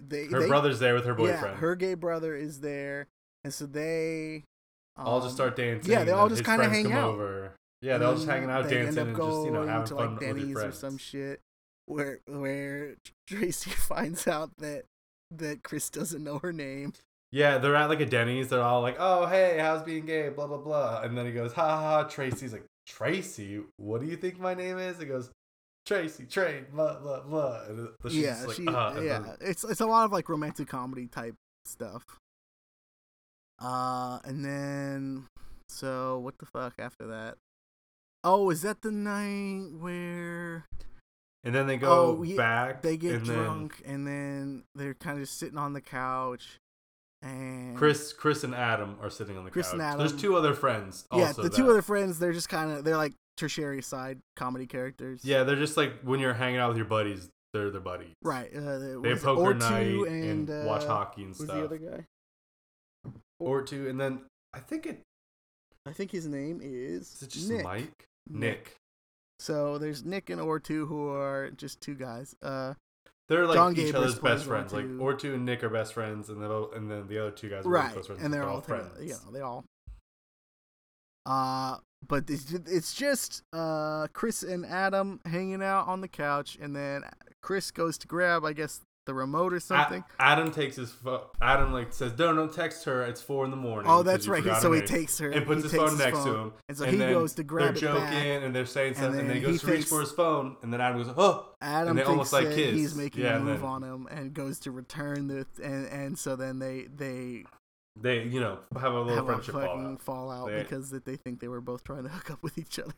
Speaker 2: they
Speaker 1: her
Speaker 2: they,
Speaker 1: brother's there with her boyfriend.
Speaker 2: yeah her gay brother is there and so they um,
Speaker 1: all just start dancing.
Speaker 2: yeah, they all
Speaker 1: and
Speaker 2: just
Speaker 1: his
Speaker 2: kinda
Speaker 1: friends
Speaker 2: hang
Speaker 1: come
Speaker 2: out.
Speaker 1: Over. Yeah, they're all just hanging out,
Speaker 2: um, they end
Speaker 1: dancing,
Speaker 2: up
Speaker 1: and just you know
Speaker 2: going
Speaker 1: having
Speaker 2: to,
Speaker 1: fun
Speaker 2: like
Speaker 1: with your
Speaker 2: Denny's or
Speaker 1: friends.
Speaker 2: some shit, where where Tracy finds out that that Chris doesn't know her name.
Speaker 1: Yeah, they're at like a Denny's. They're all like, "Oh, hey, how's being gay?" Blah blah blah. And then he goes, "Ha ha, ha Tracy's like, "Tracy, what do you think my name is?" He goes, "Tracy, Train, blah blah blah." And the- she's
Speaker 2: yeah,
Speaker 1: just like,
Speaker 2: she,
Speaker 1: "Uh," and
Speaker 2: yeah.
Speaker 1: then-
Speaker 2: It's it's a lot of like romantic comedy type stuff. Uh, and then so what the fuck after that? Oh, is that the night where
Speaker 1: and then they go
Speaker 2: Oh, yeah,
Speaker 1: back.
Speaker 2: they get
Speaker 1: and
Speaker 2: drunk and then they're kind of just sitting on the couch and
Speaker 1: Then Chris, Chris, and Adam are sitting on the
Speaker 2: Chris
Speaker 1: couch.
Speaker 2: and
Speaker 1: There's
Speaker 2: Adam.
Speaker 1: two other friends.
Speaker 2: Yeah,
Speaker 1: also
Speaker 2: the two
Speaker 1: that-
Speaker 2: other friends, they're just kind of they're like tertiary side comedy characters.
Speaker 1: Yeah, they're just like when you're hanging out with your buddies, they're their buddies.
Speaker 2: Right. Uh, the-
Speaker 1: They
Speaker 2: was
Speaker 1: have
Speaker 2: it
Speaker 1: poker
Speaker 2: Ortu
Speaker 1: night
Speaker 2: and,
Speaker 1: and, watch
Speaker 2: uh,
Speaker 1: hockey and
Speaker 2: Who's
Speaker 1: stuff.
Speaker 2: the other guy?
Speaker 1: or two, and then I think it
Speaker 2: I think his name is,
Speaker 1: is it just
Speaker 2: Nick.
Speaker 1: Mike, Nick.
Speaker 2: So there's Nick and Ortu who are just two guys. Uh,
Speaker 1: They're like
Speaker 2: John
Speaker 1: each
Speaker 2: Gabris
Speaker 1: other's
Speaker 2: plays
Speaker 1: best friends. Like
Speaker 2: Ortu.
Speaker 1: Ortu and Nick are best friends, and then and then the other two guys are really
Speaker 2: right,
Speaker 1: close friends.
Speaker 2: and they're, all
Speaker 1: friends.
Speaker 2: together, You know, they all. Uh, but it's ju- it's just uh Chris and Adam hanging out on the couch, and then Chris goes to grab, I guess, the remote or
Speaker 1: A-
Speaker 2: something.
Speaker 1: Adam takes his phone. Adam like says, "No, don't text her. It's four in the morning."
Speaker 2: oh,
Speaker 1: 'cause
Speaker 2: that's
Speaker 1: you
Speaker 2: right.
Speaker 1: forgot
Speaker 2: So
Speaker 1: her
Speaker 2: he
Speaker 1: name."
Speaker 2: takes her
Speaker 1: and puts
Speaker 2: he
Speaker 1: his
Speaker 2: takes
Speaker 1: phone next to him.
Speaker 2: and so
Speaker 1: and
Speaker 2: he
Speaker 1: then
Speaker 2: goes to grab
Speaker 1: they're
Speaker 2: it
Speaker 1: joking
Speaker 2: back.
Speaker 1: and they're saying
Speaker 2: and
Speaker 1: something, and,
Speaker 2: then
Speaker 1: then he
Speaker 2: he
Speaker 1: goes to reach
Speaker 2: thinks-
Speaker 1: for his phone, and then Adam goes, "Oh!"
Speaker 2: Adam
Speaker 1: and they
Speaker 2: thinks
Speaker 1: almost, like,
Speaker 2: that
Speaker 1: kiss.
Speaker 2: he's making
Speaker 1: Yeah,
Speaker 2: a
Speaker 1: and
Speaker 2: move
Speaker 1: then-
Speaker 2: on him and goes to return the and and so then they they
Speaker 1: They, you know, have a little
Speaker 2: have a
Speaker 1: friendship
Speaker 2: fucking
Speaker 1: fallout.
Speaker 2: fallout
Speaker 1: They-
Speaker 2: because that they think they were both trying to hook up with each other.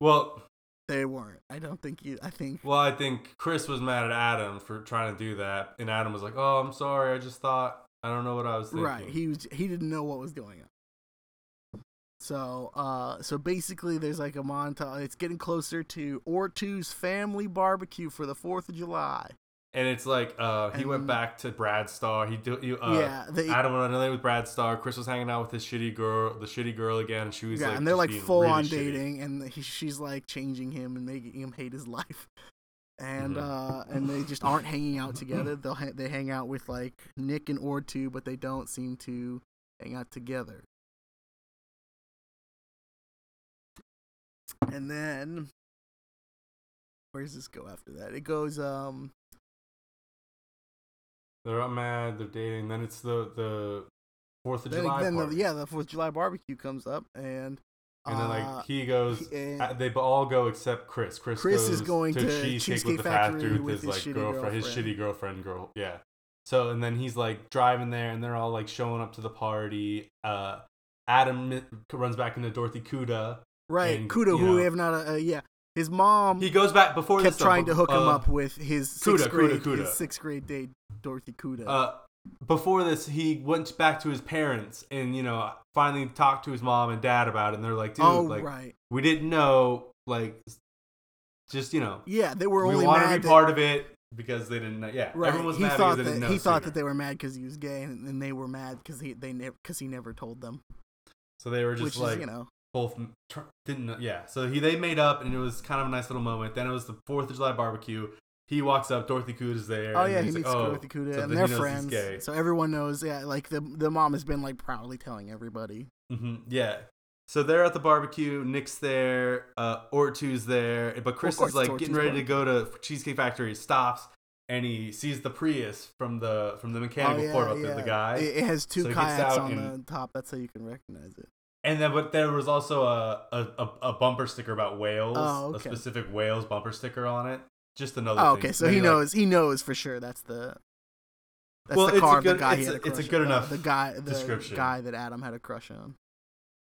Speaker 1: Well,
Speaker 2: They weren't. I don't think you. I think
Speaker 1: well, I think Chris was mad at Adam for trying to do that, and Adam was like, "Oh, I'm sorry. I just thought I don't know what I was thinking."
Speaker 2: right. He was. He didn't know what was going on. So, uh, so basically, there's like a montage. It's getting closer to Ortu's family barbecue for the Fourth of July.
Speaker 1: and it's like uh, he went
Speaker 2: And-
Speaker 1: back to Brad Starr. He do, he, uh,
Speaker 2: yeah, they,
Speaker 1: Adam went on another date with Brad Starr. Chris was hanging out with this shitty girl, the shitty girl again. and She was
Speaker 2: yeah,
Speaker 1: like,
Speaker 2: and they're
Speaker 1: just
Speaker 2: like
Speaker 1: being
Speaker 2: full
Speaker 1: really
Speaker 2: on
Speaker 1: shitty.
Speaker 2: dating, and he, she's like changing him and making him hate his life. And
Speaker 1: Mhm.
Speaker 2: uh, and they just aren't hanging out together. They'll ha- they hang out with like Nick and Ortu, but they don't seem to hang out together. And then where does this go after that? It goes um
Speaker 1: They're all mad. They're dating. Then it's the the Fourth of
Speaker 2: then,
Speaker 1: July
Speaker 2: then the,
Speaker 1: party.
Speaker 2: yeah the Fourth of July barbecue comes up and
Speaker 1: and then
Speaker 2: uh,
Speaker 1: like he goes.
Speaker 2: he- eh, and-
Speaker 1: uh, they all go except Chris. Chris,
Speaker 2: Chris
Speaker 1: goes
Speaker 2: is going to Cheesecake
Speaker 1: with the
Speaker 2: Factory
Speaker 1: fat dude,
Speaker 2: with his
Speaker 1: his
Speaker 2: shitty
Speaker 1: like girlfriend, his
Speaker 2: girlfriend.
Speaker 1: shitty girlfriend girl. Yeah. So and then he's like driving there, and they're all like showing up to the party. Uh, Adam mi- runs back into Dorothy Kuda.
Speaker 2: right
Speaker 1: and,
Speaker 2: Kudo
Speaker 1: you
Speaker 2: who
Speaker 1: know-
Speaker 2: we have not uh, uh, yeah his mom
Speaker 1: He goes back before
Speaker 2: kept
Speaker 1: this, though,
Speaker 2: trying to hook him
Speaker 1: uh,
Speaker 2: up with his
Speaker 1: Kuda,
Speaker 2: sixth
Speaker 1: Kuda,
Speaker 2: grade
Speaker 1: Kuda.
Speaker 2: his sixth grade date Dorothy Kuda.
Speaker 1: Uh, before this, he went back to his parents and you know finally talked to his mom and dad about it. And they're like, "Dude,
Speaker 2: oh
Speaker 1: like
Speaker 2: right,
Speaker 1: we didn't know, like just you know,
Speaker 2: yeah, they were
Speaker 1: we
Speaker 2: only
Speaker 1: want to be
Speaker 2: mad. that-
Speaker 1: part of it because they didn't know." Yeah,
Speaker 2: right,
Speaker 1: everyone was
Speaker 2: he
Speaker 1: mad
Speaker 2: thought
Speaker 1: because they didn't
Speaker 2: that
Speaker 1: know.
Speaker 2: he thought
Speaker 1: sooner.
Speaker 2: that they were mad because he was gay, and, and they were mad because he they because he never told them,
Speaker 1: so they were
Speaker 2: which
Speaker 1: just like
Speaker 2: is you know
Speaker 1: both m- tr- didn't know. Yeah, so he they made up and it was kind of a nice little moment. Then it was the Fourth of July barbecue. He walks up, Dorothy Coot is there.
Speaker 2: oh
Speaker 1: and
Speaker 2: yeah he
Speaker 1: he's
Speaker 2: meets
Speaker 1: like, oh,
Speaker 2: Dorothy Kuda
Speaker 1: so
Speaker 2: and
Speaker 1: then
Speaker 2: they're
Speaker 1: he knows he's gay.
Speaker 2: friends, so everyone knows yeah like the the mom has been like proudly telling everybody
Speaker 1: hmm yeah. So they're at the barbecue. Nick's there. Uh, Ortu's there. But Chris
Speaker 2: course
Speaker 1: is like
Speaker 2: it's
Speaker 1: getting
Speaker 2: Ortu's
Speaker 1: ready to go to Cheesecake Factory. Stops and he sees the Prius from the from the
Speaker 2: oh
Speaker 1: mechanical
Speaker 2: yeah,
Speaker 1: port up
Speaker 2: yeah.
Speaker 1: there. The guy.
Speaker 2: it, it has two
Speaker 1: So he gets
Speaker 2: kayaks
Speaker 1: out
Speaker 2: on
Speaker 1: and-
Speaker 2: the top that's how you can recognize it
Speaker 1: and then, but there was also a a, a, a bumper sticker about whales.
Speaker 2: Oh, okay.
Speaker 1: A specific whales bumper sticker on it. Just another.
Speaker 2: oh
Speaker 1: thing.
Speaker 2: okay so
Speaker 1: Then
Speaker 2: he
Speaker 1: like,
Speaker 2: knows he knows for sure that's the that's
Speaker 1: Well,
Speaker 2: the
Speaker 1: it's a
Speaker 2: car of
Speaker 1: good-
Speaker 2: the guy he
Speaker 1: it's
Speaker 2: had
Speaker 1: a- it's a
Speaker 2: crush
Speaker 1: good
Speaker 2: on.
Speaker 1: enough
Speaker 2: the guy the
Speaker 1: description.
Speaker 2: guy that Adam had a crush on.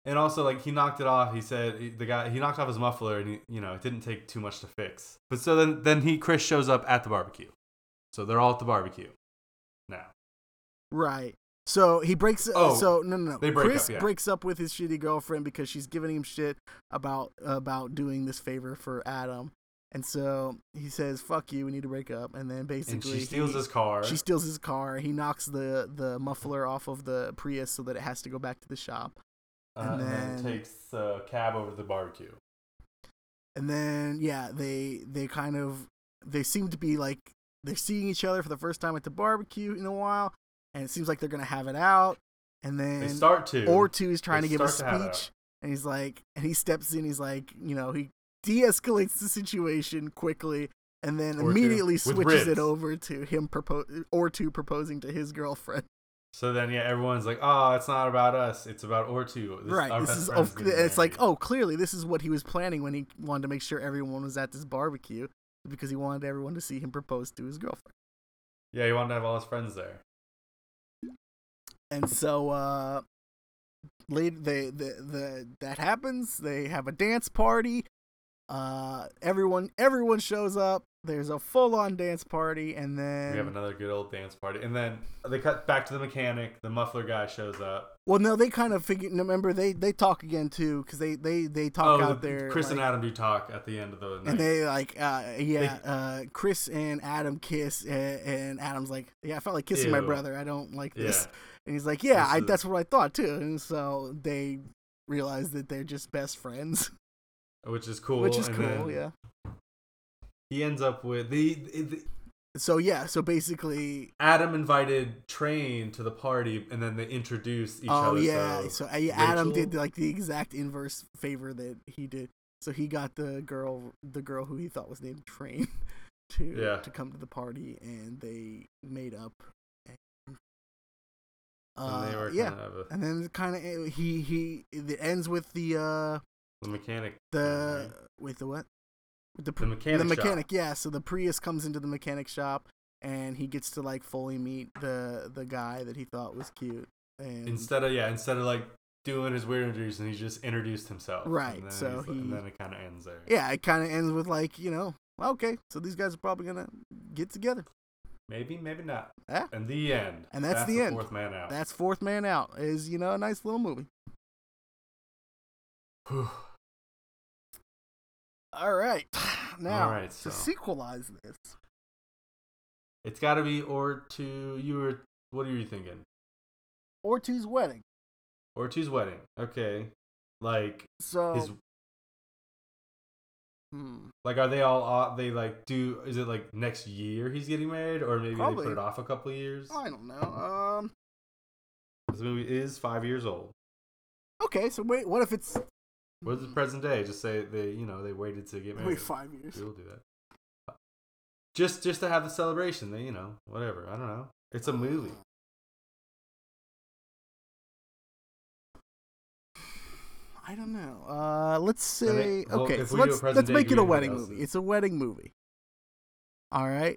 Speaker 1: and also like he knocked it off. He said he- the guy he knocked off his muffler and he, you know it didn't take too much to fix. But so then then he Chris shows up at the barbecue. So they're all at the barbecue now.
Speaker 2: Right. So he breaks. uh,
Speaker 1: Oh,
Speaker 2: so no, no, no.
Speaker 1: they break
Speaker 2: Chris
Speaker 1: up, yeah.
Speaker 2: breaks up with his shitty girlfriend because she's giving him shit about about doing this favor for Adam, and so he says, "Fuck you, we need to break up." And then
Speaker 1: and
Speaker 2: basically,
Speaker 1: she steals
Speaker 2: he-
Speaker 1: his car.
Speaker 2: She steals his car. He knocks the the muffler off of the Prius so that it has to go back to the shop.
Speaker 1: uh,
Speaker 2: and
Speaker 1: and then,
Speaker 2: then-
Speaker 1: takes the cab over to the barbecue.
Speaker 2: And then yeah, they they kind of they seem to be like they're seeing each other for the first time at the barbecue in a while, and it seems like they're gonna have it out. And then
Speaker 1: They start to
Speaker 2: Ortu is trying to
Speaker 1: They
Speaker 2: give a
Speaker 1: start to have it
Speaker 2: speech, and he's like, and he steps in. He's like, you know, he de-escalates the situation quickly, and then
Speaker 1: Or to-
Speaker 2: immediately
Speaker 1: with
Speaker 2: switches it
Speaker 1: ribs.
Speaker 2: over to him propose or to proposing to his girlfriend.
Speaker 1: So then, yeah, everyone's like, "Oh, it's not about us. It's about Ortu." This,
Speaker 2: right.
Speaker 1: our
Speaker 2: This
Speaker 1: best
Speaker 2: is
Speaker 1: friend's
Speaker 2: oh,
Speaker 1: getting
Speaker 2: it's like
Speaker 1: married."
Speaker 2: oh, clearly this is what he was planning when he wanted to make sure everyone was at this barbecue because he wanted everyone to see him propose to his girlfriend. oh.
Speaker 1: yeah, he wanted to have all his friends there.
Speaker 2: And so uh later they the the that happens. They have a dance party. Uh everyone everyone shows up. There's a full on dance party and then
Speaker 1: we have another good old dance party, and then they cut back to the mechanic. The muffler guy shows up.
Speaker 2: Well, no, they kind of figure. Remember, they they talk again too, because they they they talk
Speaker 1: oh,
Speaker 2: out
Speaker 1: the-
Speaker 2: there.
Speaker 1: Chris and
Speaker 2: like-
Speaker 1: Adam do talk at the end of the night.
Speaker 2: and they like, uh, yeah, uh, Chris and Adam kiss, and, and Adam's like, yeah, I felt like kissing my
Speaker 1: Ew.
Speaker 2: brother. I don't like
Speaker 1: yeah,
Speaker 2: this. And he's like, yeah,
Speaker 1: This
Speaker 2: I,
Speaker 1: is-
Speaker 2: that's what I thought too. And so they realize that they're just best friends,
Speaker 1: which is cool.
Speaker 2: which is
Speaker 1: and
Speaker 2: cool.
Speaker 1: then
Speaker 2: Yeah.
Speaker 1: He ends up with the, the
Speaker 2: So yeah, so basically,
Speaker 1: Adam invited Train to the party, and then they introduce each
Speaker 2: oh
Speaker 1: other.
Speaker 2: yeah,
Speaker 1: so,
Speaker 2: so, uh, yeah, Adam
Speaker 1: Rachel-
Speaker 2: did like the exact inverse favor that he did. So he got the girl, the girl who he thought was named Train, to
Speaker 1: Yeah.
Speaker 2: to come to the party, and they made up. And,
Speaker 1: and they
Speaker 2: uh,
Speaker 1: were
Speaker 2: yeah,
Speaker 1: kind of a,
Speaker 2: and then kind of he he it ends with the uh
Speaker 1: the mechanic.
Speaker 2: the with the what With the
Speaker 1: the
Speaker 2: pr-
Speaker 1: mechanic.
Speaker 2: the
Speaker 1: shop.
Speaker 2: mechanic yeah so the prius comes into the mechanic shop and he gets to like fully meet the the guy that he thought was cute and
Speaker 1: Instead of yeah, instead of like doing his weird introduction, he just introduced himself.
Speaker 2: Right,
Speaker 1: And then
Speaker 2: so
Speaker 1: he's-
Speaker 2: he-
Speaker 1: and then it kind of ends there.
Speaker 2: yeah, it kind of ends with like you know, well, okay, so these guys are probably gonna get together.
Speaker 1: Maybe, maybe not.
Speaker 2: Yeah.
Speaker 1: And the end.
Speaker 2: And that's the end.
Speaker 1: Fourth man out.
Speaker 2: That's Fourth Man Out is you know a nice little movie.
Speaker 1: Whew.
Speaker 2: All right, now
Speaker 1: All right, so.
Speaker 2: to sequelize this,
Speaker 1: It's got to be or two. You were. What are you thinking?
Speaker 2: or two's wedding.
Speaker 1: Or two's wedding. Okay. Like
Speaker 2: So
Speaker 1: his.
Speaker 2: hmm,
Speaker 1: Like are they all? Uh, they like do. Is it like next year he's getting married, or maybe
Speaker 2: Probably.
Speaker 1: they put it off a couple of years?
Speaker 2: I don't know. Um,
Speaker 1: This movie is five years old.
Speaker 2: okay, so wait, what if it's
Speaker 1: What's the present day? Just say they. You know they waited to get married.
Speaker 2: Mm. wait five years?
Speaker 1: We'll do that. Just just to have the celebration, they you know, whatever. I don't know. It's a movie.
Speaker 2: I don't know. Uh, let's
Speaker 1: Then they-
Speaker 2: say
Speaker 1: well,
Speaker 2: okay,
Speaker 1: if
Speaker 2: so
Speaker 1: we do a
Speaker 2: let's
Speaker 1: present
Speaker 2: let's
Speaker 1: day
Speaker 2: make it a
Speaker 1: agreement,
Speaker 2: wedding
Speaker 1: that's-
Speaker 2: movie. It's a wedding movie. All right.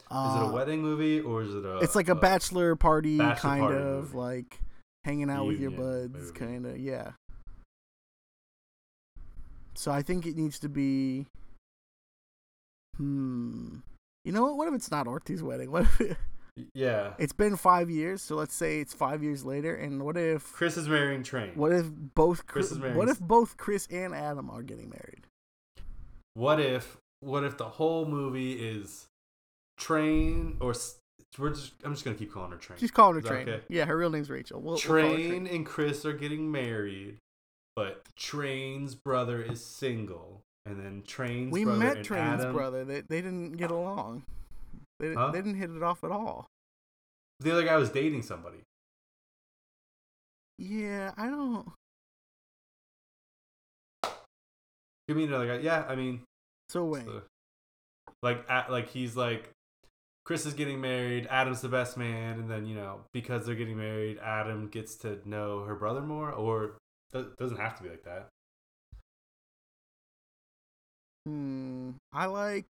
Speaker 1: Is it
Speaker 2: Uh,
Speaker 1: a wedding movie or is it a?
Speaker 2: it's like a bachelor party
Speaker 1: bachelor
Speaker 2: kind
Speaker 1: party
Speaker 2: of
Speaker 1: movie.
Speaker 2: like hanging out with your
Speaker 1: Reunion
Speaker 2: buds
Speaker 1: movie.
Speaker 2: kind of yeah so i think it needs to be hmm you know what what if it's not orti's wedding what if it,
Speaker 1: Yeah,
Speaker 2: it's been five years so let's say it's five years later and what if
Speaker 1: Chris is marrying Train. What?
Speaker 2: what if both
Speaker 1: Chris
Speaker 2: Chris-
Speaker 1: is married.
Speaker 2: what if both chris and adam are getting married
Speaker 1: if? What if the whole movie is Train or? s- We're just. I'm just gonna keep calling her Train.
Speaker 2: she's calling her
Speaker 1: Is that
Speaker 2: train
Speaker 1: okay?
Speaker 2: yeah her real name's rachel we'll, we'll call her
Speaker 1: Train and Chris are getting married, but Train's brother is single, and then Train's
Speaker 2: we
Speaker 1: brother
Speaker 2: met
Speaker 1: and
Speaker 2: train's
Speaker 1: Adam-
Speaker 2: brother they, they didn't get along they,
Speaker 1: Huh?
Speaker 2: they didn't hit it off at all
Speaker 1: The other guy was dating somebody.
Speaker 2: Yeah, I don't.
Speaker 1: Give me another guy. Yeah, I mean,
Speaker 2: So wait,
Speaker 1: So, like at, like he's like Chris is getting married, Adam's the best man, and then you know because they're getting married, Adam gets to know her brother more, or th- doesn't have to be like that.
Speaker 2: hmm, I like.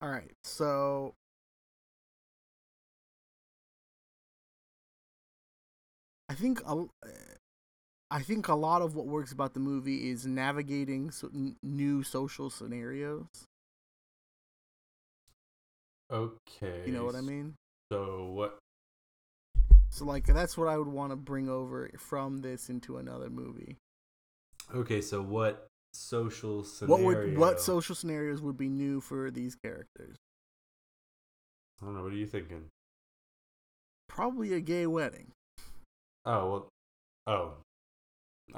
Speaker 2: All right, so I think a, I think a lot of what works about the movie is navigating so, n- new social scenarios.
Speaker 1: Okay,
Speaker 2: You know what I mean?
Speaker 1: So what?
Speaker 2: So like that's what I would want to bring over from this into another movie.
Speaker 1: Okay, so what social scenario?
Speaker 2: What would what social scenarios would be new for these characters?
Speaker 1: I don't know. What are you thinking?
Speaker 2: Probably a gay wedding.
Speaker 1: Oh well. Oh.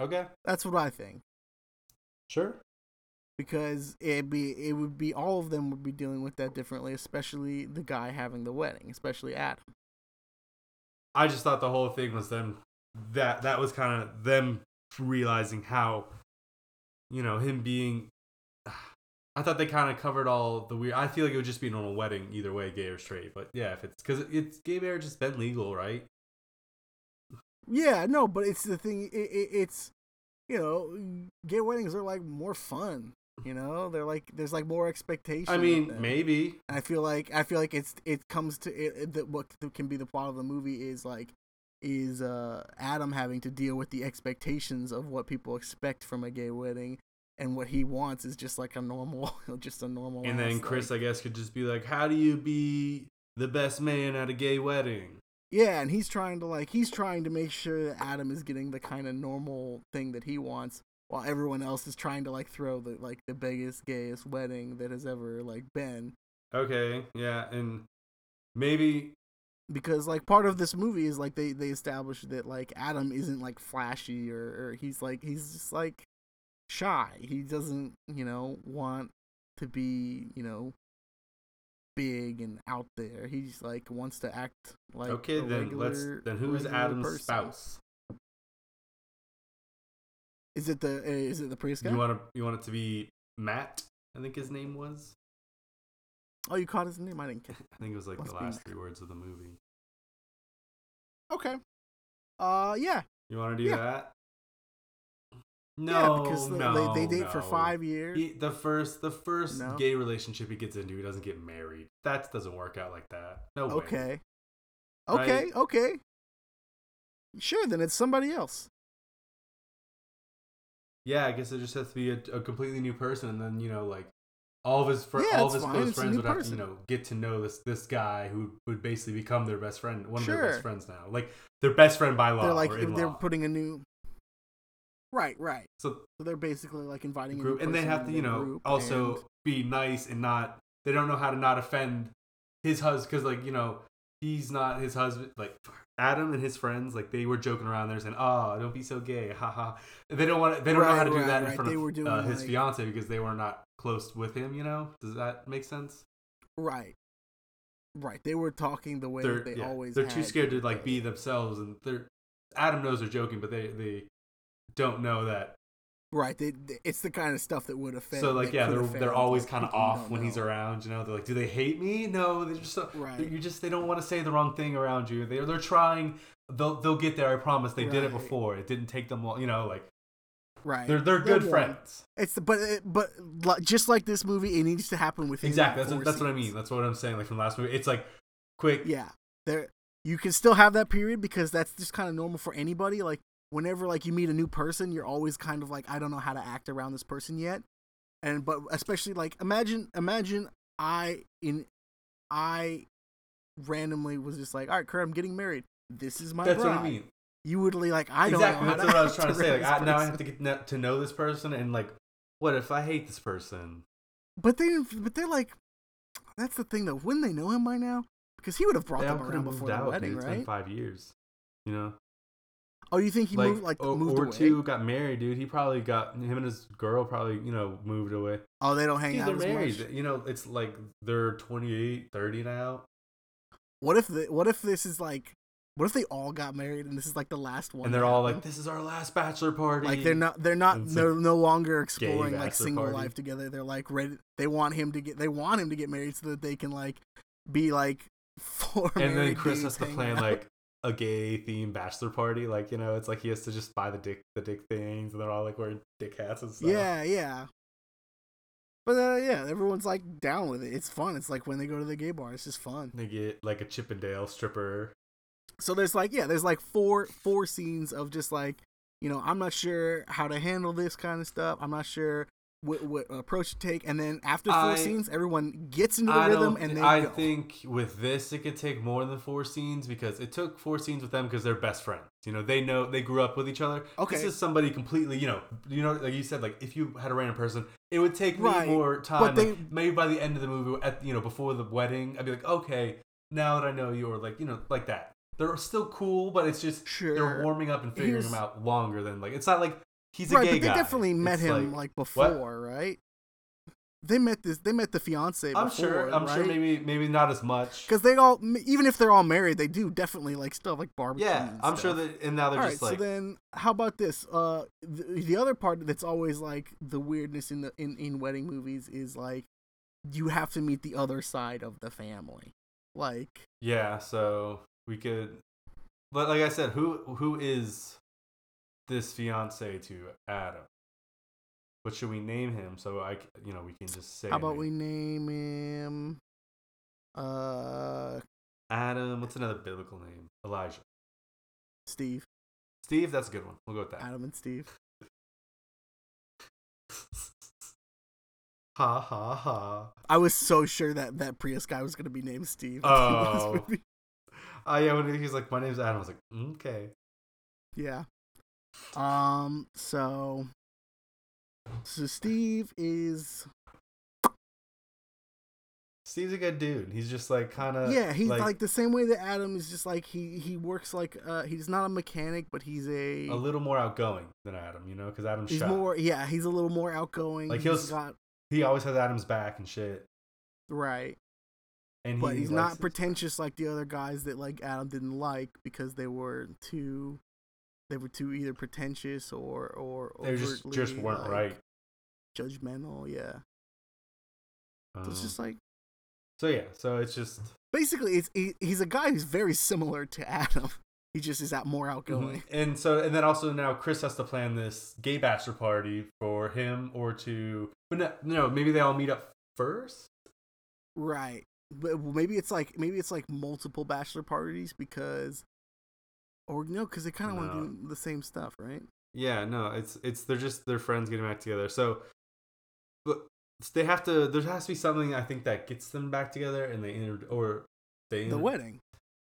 Speaker 1: Okay.
Speaker 2: That's what I think
Speaker 1: Sure.
Speaker 2: because it be it would be all of them would be dealing with that differently, especially the guy having the wedding, especially Adam.
Speaker 1: I just thought the whole thing was them that that was kind of them realizing how you know him being i thought they kind of covered all the weird i feel like it would just be a normal wedding either way gay or straight but yeah if it's because it's gay marriage has been legal right
Speaker 2: Yeah, no, but it's the thing. It, it, it's you know, gay weddings are like more fun. You know, they're like there's like more expectation.
Speaker 1: i
Speaker 2: of
Speaker 1: mean
Speaker 2: them.
Speaker 1: maybe
Speaker 2: I feel like I feel like it's it comes to it, it that what can be the plot of the movie is like is uh Adam having to deal with the expectations of what people expect from a gay wedding and what he wants is just like a normal just a normal
Speaker 1: and then
Speaker 2: ass,
Speaker 1: chris
Speaker 2: like,
Speaker 1: i guess could just be like how do you be the best man at a gay wedding
Speaker 2: yeah and he's trying to like he's trying to make sure that Adam is getting the kind of normal thing that he wants while everyone else is trying to like throw the like the biggest gayest wedding that has ever like been
Speaker 1: okay yeah and maybe
Speaker 2: because like part of this movie is like they they establish that like Adam isn't like flashy or, or he's like he's just like shy. He doesn't you know want to be you know big and out there. He's like wants to act like
Speaker 1: okay
Speaker 2: a
Speaker 1: then let's
Speaker 2: regular-
Speaker 1: then who's
Speaker 2: regular
Speaker 1: adam's
Speaker 2: person.
Speaker 1: spouse
Speaker 2: Is it the uh, is it the priest guy?
Speaker 1: you want to you want it to be matt i think his name was
Speaker 2: oh, you caught his name. I didn't. Catch.
Speaker 1: i think it was like
Speaker 2: Must
Speaker 1: the
Speaker 2: be
Speaker 1: last
Speaker 2: Matt.
Speaker 1: three words of the movie
Speaker 2: Okay. Uh yeah
Speaker 1: You want to do
Speaker 2: Yeah.
Speaker 1: that? No,
Speaker 2: yeah because the-
Speaker 1: no,
Speaker 2: they, they date for
Speaker 1: no.
Speaker 2: five years.
Speaker 1: He- the first, the first
Speaker 2: No.
Speaker 1: gay relationship he gets into, he doesn't get married. That doesn't work out like that. No way.
Speaker 2: Okay.
Speaker 1: Right?
Speaker 2: Okay, okay. Sure, then it's somebody else.
Speaker 1: Yeah, I guess it just has to be a, a completely new person, and then you know, like all of his fr-
Speaker 2: Yeah,
Speaker 1: all of
Speaker 2: it's
Speaker 1: his
Speaker 2: fine,
Speaker 1: close
Speaker 2: it's a
Speaker 1: friends
Speaker 2: new
Speaker 1: would have to you
Speaker 2: person.
Speaker 1: know get to know this this guy who would basically become their best friend, one of their best
Speaker 2: Sure.
Speaker 1: friends now, like their best friend by law
Speaker 2: they're like
Speaker 1: or in
Speaker 2: they're
Speaker 1: law.
Speaker 2: putting a new Right, right.
Speaker 1: so
Speaker 2: So they're basically like inviting a
Speaker 1: group,
Speaker 2: new
Speaker 1: and they
Speaker 2: person
Speaker 1: have to
Speaker 2: into
Speaker 1: you
Speaker 2: the
Speaker 1: know
Speaker 2: group
Speaker 1: also
Speaker 2: and-
Speaker 1: be nice and not they don't know how to not offend his husband because like you know he's not his husband like adam and his friends like they were joking around there saying oh don't be so gay haha they don't want to, they don't know how
Speaker 2: Right,
Speaker 1: to do
Speaker 2: right,
Speaker 1: that in
Speaker 2: right.
Speaker 1: front
Speaker 2: They
Speaker 1: of
Speaker 2: were doing,
Speaker 1: uh, his
Speaker 2: like-
Speaker 1: fiance because they were not close with him you know does that make sense
Speaker 2: right, right. They were talking the way
Speaker 1: they're
Speaker 2: that they
Speaker 1: yeah,
Speaker 2: always.
Speaker 1: they're too
Speaker 2: had
Speaker 1: scared to
Speaker 2: people
Speaker 1: like
Speaker 2: do.
Speaker 1: be themselves and they're adam knows they're joking but they they don't know that
Speaker 2: right. They, they- it's the kind of stuff that would offend.
Speaker 1: So like
Speaker 2: that
Speaker 1: yeah,
Speaker 2: could
Speaker 1: they're
Speaker 2: offend,
Speaker 1: they're always
Speaker 2: like,
Speaker 1: kind of
Speaker 2: people you
Speaker 1: off
Speaker 2: don't
Speaker 1: when he's
Speaker 2: know.
Speaker 1: around. You know, they're like, do they hate me? No, they're just so,
Speaker 2: Right.
Speaker 1: you just they don't want to say the wrong thing around you. They're they're trying. They'll they'll get there. I promise. They did it
Speaker 2: Right.
Speaker 1: before. It didn't take them long. You know, like
Speaker 2: Right.
Speaker 1: they're they're good
Speaker 2: warm.
Speaker 1: friends.
Speaker 2: It's the, but it- but like, just like this movie, it needs to happen within
Speaker 1: Exactly.
Speaker 2: like,
Speaker 1: That's what,
Speaker 2: four
Speaker 1: that's what I
Speaker 2: scenes.
Speaker 1: mean. That's what I'm saying. Like from last movie, it's like quick.
Speaker 2: yeah there you can still have that period because that's just kind of normal for anybody like whenever like you meet a new person you're always kind of like i don't know how to act around this person yet and but especially like imagine imagine i in i randomly was just like all right kurt i'm getting married this is my
Speaker 1: that's
Speaker 2: bride.
Speaker 1: what I mean.
Speaker 2: you would li- like i don't
Speaker 1: exactly.
Speaker 2: know how
Speaker 1: That's
Speaker 2: to
Speaker 1: what I was
Speaker 2: act
Speaker 1: trying to say.
Speaker 2: around
Speaker 1: Like I,
Speaker 2: this
Speaker 1: now I
Speaker 2: person.
Speaker 1: have to get kn- to know this person and like, what if I hate this person?
Speaker 2: but they but they're like that's the thing though wouldn't they know him by now because he would have brought
Speaker 1: They all
Speaker 2: them
Speaker 1: could
Speaker 2: around
Speaker 1: have
Speaker 2: before
Speaker 1: moved
Speaker 2: the
Speaker 1: out.
Speaker 2: wedding
Speaker 1: dude. It's been
Speaker 2: right
Speaker 1: five years. You know.
Speaker 2: oh you think he
Speaker 1: like,
Speaker 2: moved like
Speaker 1: or,
Speaker 2: moved
Speaker 1: or
Speaker 2: away
Speaker 1: two got married, dude. He probably got him and his girl probably you know moved away.
Speaker 2: Oh, they don't hang
Speaker 1: Dude,
Speaker 2: out
Speaker 1: they're
Speaker 2: as
Speaker 1: married.
Speaker 2: much.
Speaker 1: You know, it's like they're 28, 30 now,
Speaker 2: What if the, what if this is like what if they all got married and this is like the last one?
Speaker 1: and they're
Speaker 2: that
Speaker 1: all like,
Speaker 2: happened?
Speaker 1: "This is our last bachelor party."
Speaker 2: like they're not they're not
Speaker 1: It's a
Speaker 2: they're no longer exploring like
Speaker 1: bachelor
Speaker 2: single
Speaker 1: party.
Speaker 2: life together. They're like ready they want him to get they want him to get married so that they can like be like four
Speaker 1: And then
Speaker 2: married
Speaker 1: Chris has
Speaker 2: dudes
Speaker 1: to
Speaker 2: hanging
Speaker 1: plan
Speaker 2: out.
Speaker 1: like a gay themed bachelor party. Like you know, it's like he has to just buy the dick the dick things, and they're all like wearing dick hats and stuff.
Speaker 2: Yeah, yeah. But uh, yeah, everyone's like down with it. It's fun. It's like when they go to the gay bar, it's just fun.
Speaker 1: They get like a Chippendale stripper.
Speaker 2: so there's like yeah there's like four four scenes of just like you know i'm not sure how to handle this kind of stuff i'm not sure what, what approach to take and then after four
Speaker 1: I-
Speaker 2: scenes everyone gets into the
Speaker 1: I
Speaker 2: rhythm
Speaker 1: don't
Speaker 2: and
Speaker 1: thi-
Speaker 2: they
Speaker 1: I
Speaker 2: go.
Speaker 1: think with this it could take more than four scenes because it took four scenes with them because they're best friends. You know, they know they grew up with each other. This
Speaker 2: Okay.
Speaker 1: is somebody completely, you know, you know, like you said, like if you had a random person, it would take me
Speaker 2: Right,
Speaker 1: more time.
Speaker 2: they-
Speaker 1: like, maybe by the end of the movie, at you know, before the wedding, I'd be like, okay, now that I know you, or like you know, like that. They're still cool, but it's just they're
Speaker 2: Sure.
Speaker 1: warming up and figuring
Speaker 2: Here's-
Speaker 1: them out longer than like it's not like he's a
Speaker 2: right
Speaker 1: gay
Speaker 2: but they
Speaker 1: guy.
Speaker 2: definitely met
Speaker 1: It's
Speaker 2: him like, before right they met this they met the fiance.
Speaker 1: I'm sure. I'm sure. Maybe maybe not as much.
Speaker 2: because they all m- even if they're all married, they do definitely like stuff like barbecue.
Speaker 1: Yeah,
Speaker 2: and
Speaker 1: I'm
Speaker 2: stuff.
Speaker 1: sure that. And now they're
Speaker 2: All right,
Speaker 1: just like
Speaker 2: so then how about this? Uh, the, the other part that's always like the weirdness in the in, in wedding movies is like you have to meet the other side of the family. Like
Speaker 1: Yeah, so we could but like I said, who who is this fiance to Adam? What should we name him so I c- you know we can just say
Speaker 2: how about
Speaker 1: it.
Speaker 2: we name him uh
Speaker 1: Adam, what's another biblical name? Elijah.
Speaker 2: Steve.
Speaker 1: Steve, that's a good one. We'll go with that.
Speaker 2: Adam and Steve.
Speaker 1: Ha ha ha.
Speaker 2: I was so sure that that Prius guy was going to be named Steve. at the end of this
Speaker 1: Oh.
Speaker 2: movie.
Speaker 1: Oh yeah, when he's like, My name's Adam, I was like, okay.
Speaker 2: Yeah. Um. So. So Steve is
Speaker 1: Steve's a good dude. He's just like kinda
Speaker 2: yeah he's like,
Speaker 1: like,
Speaker 2: the same way that Adam is just like he he works like uh he's not a mechanic but he's a,
Speaker 1: a little more outgoing than Adam, you know, because Adam's
Speaker 2: he's
Speaker 1: shy.
Speaker 2: more yeah he's a little more outgoing
Speaker 1: Like,
Speaker 2: he's
Speaker 1: he'll-
Speaker 2: got
Speaker 1: He always has Adam's back and shit.
Speaker 2: right
Speaker 1: And
Speaker 2: but
Speaker 1: he
Speaker 2: he's
Speaker 1: likes
Speaker 2: not
Speaker 1: it.
Speaker 2: pretentious like the other guys that like Adam didn't like because they were too they were too either pretentious or or
Speaker 1: they just just
Speaker 2: overtly,
Speaker 1: weren't
Speaker 2: like,
Speaker 1: right.
Speaker 2: judgmental yeah so
Speaker 1: Um,
Speaker 2: it's just like
Speaker 1: so yeah, so it's just
Speaker 2: basically it's he, he's a guy who's very similar to Adam. He just is out
Speaker 1: Mm-hmm.
Speaker 2: more outgoing.
Speaker 1: and so and then also now Chris has to plan this gay bachelor party for him or to but no, no maybe they all meet up first.
Speaker 2: Right. But maybe it's like maybe it's like multiple bachelor parties because or no, because they kind of
Speaker 1: No.
Speaker 2: want to do the same stuff, right?
Speaker 1: Yeah, no, it's it's they're just their friends getting back together. So, but they have to. There has to be something I think that gets them back together, and they inter- or they
Speaker 2: The
Speaker 1: inter-
Speaker 2: wedding.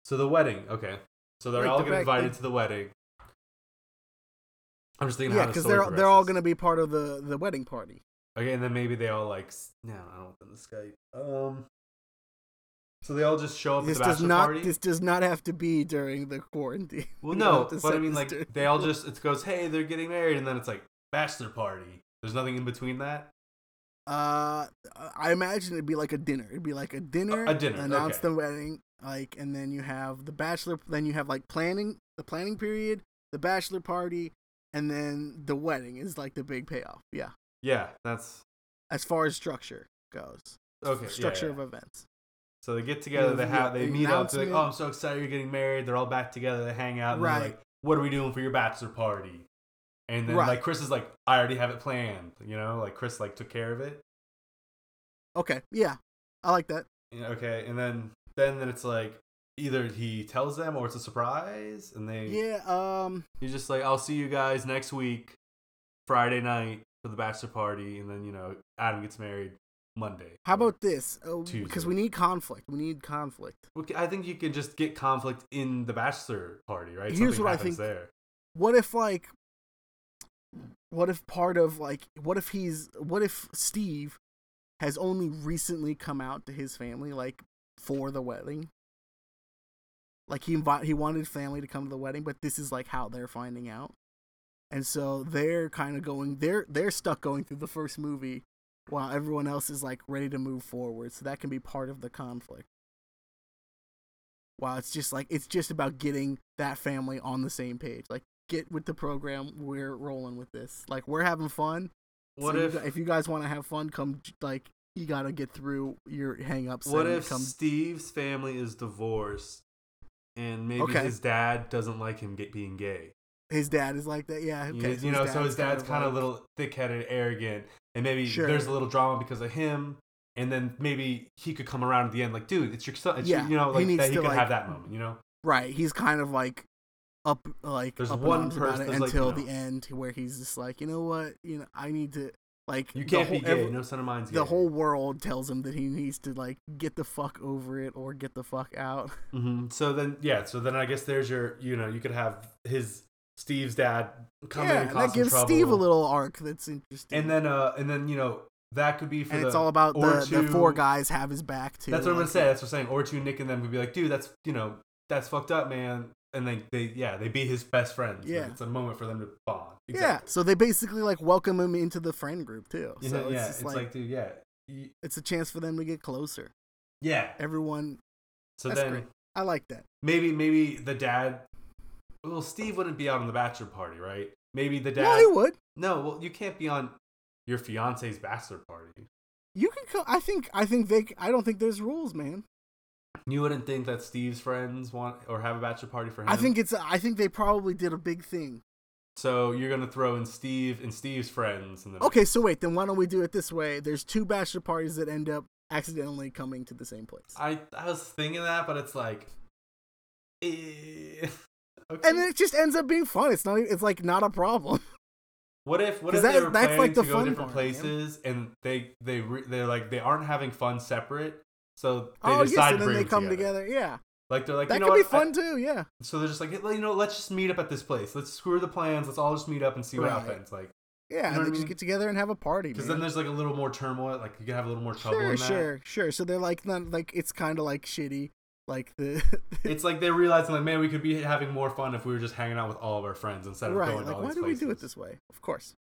Speaker 1: So the wedding, okay. So they're
Speaker 2: Right,
Speaker 1: all
Speaker 2: the
Speaker 1: getting
Speaker 2: back-
Speaker 1: invited to the wedding. I'm just thinking
Speaker 2: Yeah,
Speaker 1: how the
Speaker 2: because
Speaker 1: story
Speaker 2: they're they're all
Speaker 1: progresses.
Speaker 2: gonna be part of the the wedding party.
Speaker 1: Okay, and then maybe they all like s- no, I don't want them to Skype. Um, so they all just show up
Speaker 2: This
Speaker 1: at the
Speaker 2: does
Speaker 1: bachelor
Speaker 2: not
Speaker 1: party.
Speaker 2: this does not have to be during the quarantine.
Speaker 1: well,
Speaker 2: We don't
Speaker 1: no,
Speaker 2: have to
Speaker 1: but I
Speaker 2: set
Speaker 1: mean,
Speaker 2: this
Speaker 1: like
Speaker 2: during-
Speaker 1: they all just it goes, hey, they're getting married, and then it's like bachelor party. There's nothing in between that.
Speaker 2: Uh, I imagine it'd be like a dinner. It'd be like a dinner,
Speaker 1: A- a dinner,
Speaker 2: announce
Speaker 1: okay.
Speaker 2: the wedding, like, and then you have the bachelor. Then you have like planning, the planning period, the bachelor party, and then the wedding is like the big payoff. Yeah,
Speaker 1: Yeah, that's
Speaker 2: as far as structure goes,
Speaker 1: okay. yeah,
Speaker 2: structure
Speaker 1: yeah.
Speaker 2: of events.
Speaker 1: So they get together, they have,
Speaker 2: the
Speaker 1: they meet up. They're like,
Speaker 2: announcement.
Speaker 1: oh, I'm so excited you're getting married. They're all back together. They hang out. And right.
Speaker 2: Right.
Speaker 1: Like, what are we doing for your bachelor party? And then
Speaker 2: Right.
Speaker 1: like Chris is like, I already have it planned. You know, like Chris like took care of it.
Speaker 2: Okay, yeah, I like that.
Speaker 1: Yeah, Okay, and then then then it's like either he tells them or it's a surprise, and they
Speaker 2: Yeah, um,
Speaker 1: he's just like, "I'll see you guys next week, Friday night for the bachelor party," and then you know Adam gets married Monday.
Speaker 2: how about this? Oh, Because
Speaker 1: Tuesday.
Speaker 2: we need conflict. We need conflict.
Speaker 1: Okay, I think you can just get conflict in the bachelor party, right?
Speaker 2: Here's what I
Speaker 1: happens
Speaker 2: think-
Speaker 1: there.
Speaker 2: what if like what if part of like what if he's what if steve has only recently come out to his family like for the wedding like he invite he wanted family to come to the wedding but this is like how they're finding out and so they're kind of going they're they're stuck going through the first movie while everyone else is like ready to move forward so that can be part of the conflict while it's just like it's just about getting that family on the same page like get with the program we're rolling with this like we're having fun
Speaker 1: What
Speaker 2: so you
Speaker 1: if
Speaker 2: gu- if you guys want to have fun come j- like you gotta get through your hang-ups
Speaker 1: what
Speaker 2: and
Speaker 1: if
Speaker 2: come
Speaker 1: Steve's family is divorced, and maybe
Speaker 2: Okay.
Speaker 1: his dad doesn't like him get being gay?
Speaker 2: his dad is like that yeah
Speaker 1: You-
Speaker 2: okay
Speaker 1: you know, so his dad's
Speaker 2: kind
Speaker 1: kind of a little thick-headed, arrogant, and maybe
Speaker 2: Sure.
Speaker 1: there's a little drama because of him. And then maybe he could come around at the end, like, dude, it's your son. It's your-"
Speaker 2: Yeah,
Speaker 1: you know,
Speaker 2: he
Speaker 1: like
Speaker 2: needs
Speaker 1: that. He
Speaker 2: to,
Speaker 1: could have
Speaker 2: like-
Speaker 1: that moment, you know.
Speaker 2: right he's kind of like up like
Speaker 1: There's
Speaker 2: up in
Speaker 1: one
Speaker 2: arms
Speaker 1: person
Speaker 2: about it
Speaker 1: that's like, you
Speaker 2: until
Speaker 1: know-
Speaker 2: the end where he's just like you know what you know i need to like
Speaker 1: You
Speaker 2: the
Speaker 1: can't
Speaker 2: whole-
Speaker 1: be gay.
Speaker 2: ev-
Speaker 1: no son of mine's gay.
Speaker 2: the whole world tells him that he needs to like get the fuck over it or get the fuck out
Speaker 1: hmm So then, yeah. So then, I guess there's your. You know, you could have his Steve's dad come in and cause
Speaker 2: that gives
Speaker 1: some trouble.
Speaker 2: Steve a little arc that's interesting.
Speaker 1: And then, uh, and then you know that could be for
Speaker 2: and
Speaker 1: the.
Speaker 2: it's all about
Speaker 1: or
Speaker 2: the, the four
Speaker 1: to-
Speaker 2: guys have his back too.
Speaker 1: That's what I'm gonna
Speaker 2: like,
Speaker 1: say. That's what I'm saying. Or two, Nick and them could be like, dude, that's you know, that's fucked up, man. And they, they, yeah, they be his best friends. Like,
Speaker 2: Yeah.
Speaker 1: it's a moment for them to bond.
Speaker 2: Yeah, so they basically like welcome him into the friend group too.
Speaker 1: Yeah,
Speaker 2: So
Speaker 1: yeah,
Speaker 2: it's
Speaker 1: it's
Speaker 2: just
Speaker 1: like,
Speaker 2: like,
Speaker 1: dude, yeah, y-
Speaker 2: It's a chance for them to get closer.
Speaker 1: yeah.
Speaker 2: Everyone,
Speaker 1: So
Speaker 2: that's
Speaker 1: then
Speaker 2: great. I like that.
Speaker 1: maybe maybe the dad. Well, Steve wouldn't be out on the bachelor party, right? Maybe the dad.
Speaker 2: No, he would.
Speaker 1: No, well, you can't be on your fiance's bachelor party.
Speaker 2: You can co I think. I think they. I don't think there's rules, man.
Speaker 1: You wouldn't think that Steve's friends want or have a bachelor party for him.
Speaker 2: I think it's. I think they probably did a big thing.
Speaker 1: so. You're gonna throw in Steve and Steve's friends, and then
Speaker 2: Okay, so wait. Then why don't we do it this way? There's two bachelor parties that end up accidentally coming to the same place,
Speaker 1: I I was thinking that, but it's like, eh, okay.
Speaker 2: and it just ends up being fun. It's not. even- It's like not a problem.
Speaker 1: what if what
Speaker 2: 'cause
Speaker 1: if they
Speaker 2: that-
Speaker 1: were
Speaker 2: that's,
Speaker 1: planning
Speaker 2: like, the
Speaker 1: to go
Speaker 2: fun
Speaker 1: different
Speaker 2: part, man.
Speaker 1: places and they they re, they're like they aren't having fun separate, so they
Speaker 2: oh yes,
Speaker 1: decide
Speaker 2: and
Speaker 1: to
Speaker 2: then
Speaker 1: bring
Speaker 2: they
Speaker 1: them
Speaker 2: come
Speaker 1: together.
Speaker 2: together. Yeah,
Speaker 1: Like they're like
Speaker 2: that
Speaker 1: you know
Speaker 2: could
Speaker 1: what?
Speaker 2: be
Speaker 1: I-
Speaker 2: fun too. Yeah,
Speaker 1: so they're just like "Well, you know let's just meet up at this place. Let's screw the plans. Let's all just meet up and see what
Speaker 2: Right.
Speaker 1: happens. Like
Speaker 2: yeah.
Speaker 1: You know what
Speaker 2: and
Speaker 1: I
Speaker 2: they just
Speaker 1: mean?
Speaker 2: get together and have a party.
Speaker 1: because
Speaker 2: man.
Speaker 1: then there's like a little more turmoil. Like you can have a little more trouble.
Speaker 2: sure,
Speaker 1: in that.
Speaker 2: sure, sure. So they're like not like it's kind of like shitty. Like the
Speaker 1: It's like they're realizing like man we could be having more fun if we were just hanging out with all of our friends instead of
Speaker 2: right,
Speaker 1: going to
Speaker 2: like
Speaker 1: all
Speaker 2: why
Speaker 1: these
Speaker 2: do we do it
Speaker 1: places."
Speaker 2: this way? Of course.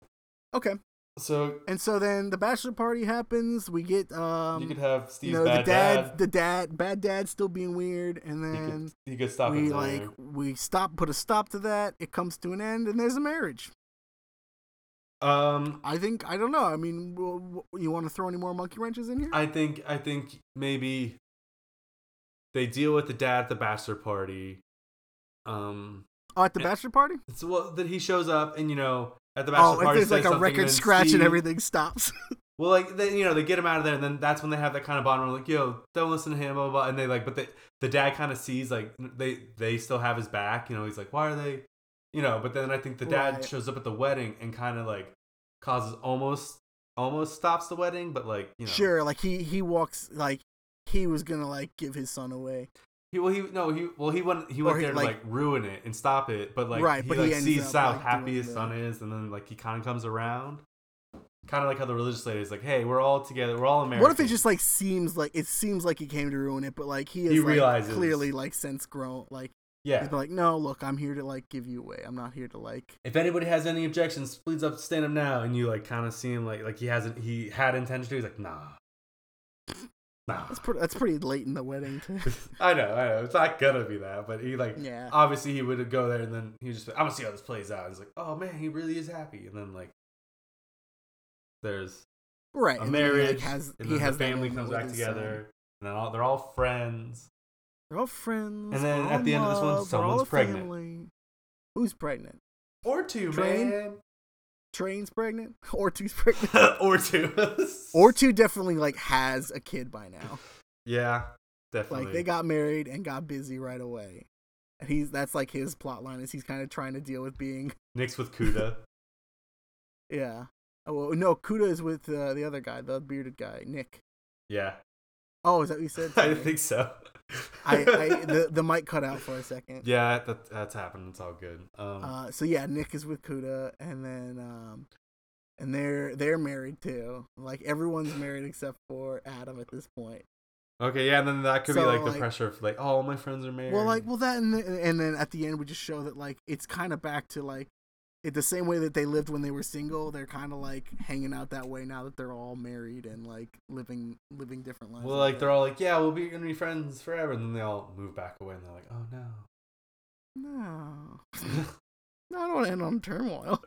Speaker 2: Okay,
Speaker 1: So
Speaker 2: and so then the bachelor party happens. We get um,
Speaker 1: you could have Steve's
Speaker 2: you know,
Speaker 1: bad
Speaker 2: the dad, the dad, bad dad, still being weird, and
Speaker 1: He could-
Speaker 2: then
Speaker 1: he could, stop
Speaker 2: we
Speaker 1: it
Speaker 2: like
Speaker 1: there.
Speaker 2: we stop, put a stop to that. It comes to an end, and there's a marriage.
Speaker 1: Um,
Speaker 2: I think I don't know. I mean, w- w- you want to throw any more monkey wrenches in here?
Speaker 1: I think I think maybe they deal with the dad at the bachelor party. Um,
Speaker 2: oh, at the bachelor party.
Speaker 1: it's well that he shows up and you know at the bachelor
Speaker 2: Oh, if
Speaker 1: party
Speaker 2: there's
Speaker 1: says
Speaker 2: like a
Speaker 1: something,
Speaker 2: record
Speaker 1: then
Speaker 2: scratch
Speaker 1: Steve-
Speaker 2: and everything stops.
Speaker 1: Well, like then you know they get him out of there and then that's when they have that kind of bond where like yo don't listen to him blah blah, blah. and they like but the the dad kind of sees like they they still have his back you know he's like why are they you know but then I think the dad
Speaker 2: Right.
Speaker 1: shows up at the wedding and kind of like causes almost almost stops the wedding but like you know
Speaker 2: Sure, like he he walks like he was gonna like give his son away.
Speaker 1: He well he no he well he went he went
Speaker 2: Or he,
Speaker 1: there to
Speaker 2: like-
Speaker 1: like, ruin it and stop it, but like
Speaker 2: Right,
Speaker 1: he
Speaker 2: but he
Speaker 1: like
Speaker 2: ends
Speaker 1: sees
Speaker 2: up,
Speaker 1: how
Speaker 2: like,
Speaker 1: happy
Speaker 2: doing
Speaker 1: his
Speaker 2: the-
Speaker 1: son is, and then like he kind of comes around, kind of like how the religious lady is like, hey, we're all together, we're all American.
Speaker 2: What if it just like seems like it seems like he came to ruin it, but like he is
Speaker 1: He
Speaker 2: like,
Speaker 1: realizes.
Speaker 2: clearly like since grown like
Speaker 1: yeah?
Speaker 2: he's been like no look I'm here to like give you away I'm not here to like
Speaker 1: If anybody has any objections, please up stand up now, and you like kind of see him like like he hasn't he had intention to. He's like nah, nah.
Speaker 2: that's pretty that's pretty late in the wedding too.
Speaker 1: I know, I know. It's not gonna be that, but he like
Speaker 2: yeah
Speaker 1: obviously he would go there and then he was just like, I'm gonna see how this plays out. He's like, oh man, he really is happy, and then like there's
Speaker 2: right
Speaker 1: a
Speaker 2: and then he, like,
Speaker 1: marriage,
Speaker 2: has
Speaker 1: and
Speaker 2: he
Speaker 1: then
Speaker 2: has
Speaker 1: the
Speaker 2: that
Speaker 1: family
Speaker 2: moment
Speaker 1: comes
Speaker 2: with
Speaker 1: back
Speaker 2: his son.
Speaker 1: together, and then all, they're all friends.
Speaker 2: they're all friends
Speaker 1: And then
Speaker 2: we're
Speaker 1: at
Speaker 2: all
Speaker 1: the end of this
Speaker 2: in
Speaker 1: one,
Speaker 2: love, we're all
Speaker 1: someone's
Speaker 2: a
Speaker 1: pregnant.
Speaker 2: family. who's pregnant
Speaker 1: Or two,
Speaker 2: Train?
Speaker 1: man.
Speaker 2: train's pregnant or two's pregnant
Speaker 1: or two.
Speaker 2: or two definitely like has a kid by now
Speaker 1: Yeah, definitely.
Speaker 2: like they got married and got busy right away and he's that's like his plot line is he's kind of trying to deal with being
Speaker 1: Nick's with Kuda.
Speaker 2: yeah oh well, no kuda is with uh, the other guy the bearded guy nick
Speaker 1: yeah,
Speaker 2: oh is that what you said
Speaker 1: I
Speaker 2: Sorry.
Speaker 1: think so.
Speaker 2: I, I the, the mic cut out for a second
Speaker 1: yeah, that, that's happened. It's all good. Um,
Speaker 2: uh, so yeah nick is with kuda and then um and they're they're married too like everyone's married except for adam at this point
Speaker 1: okay, yeah, and then that could
Speaker 2: so,
Speaker 1: be like the
Speaker 2: like-
Speaker 1: pressure of like, oh, my friends are married.
Speaker 2: Well, like, well, that, and, the, and then at the end, we just show that like it's kind of back to like it the same way that they lived when they were single. They're kind of like hanging out that way now that they're all married and like living living different lives.
Speaker 1: well, like they're all like, yeah, we'll be gonna be friends forever, and then they all move back away, and they're like, oh no,
Speaker 2: no, no, I don't want to end on turmoil.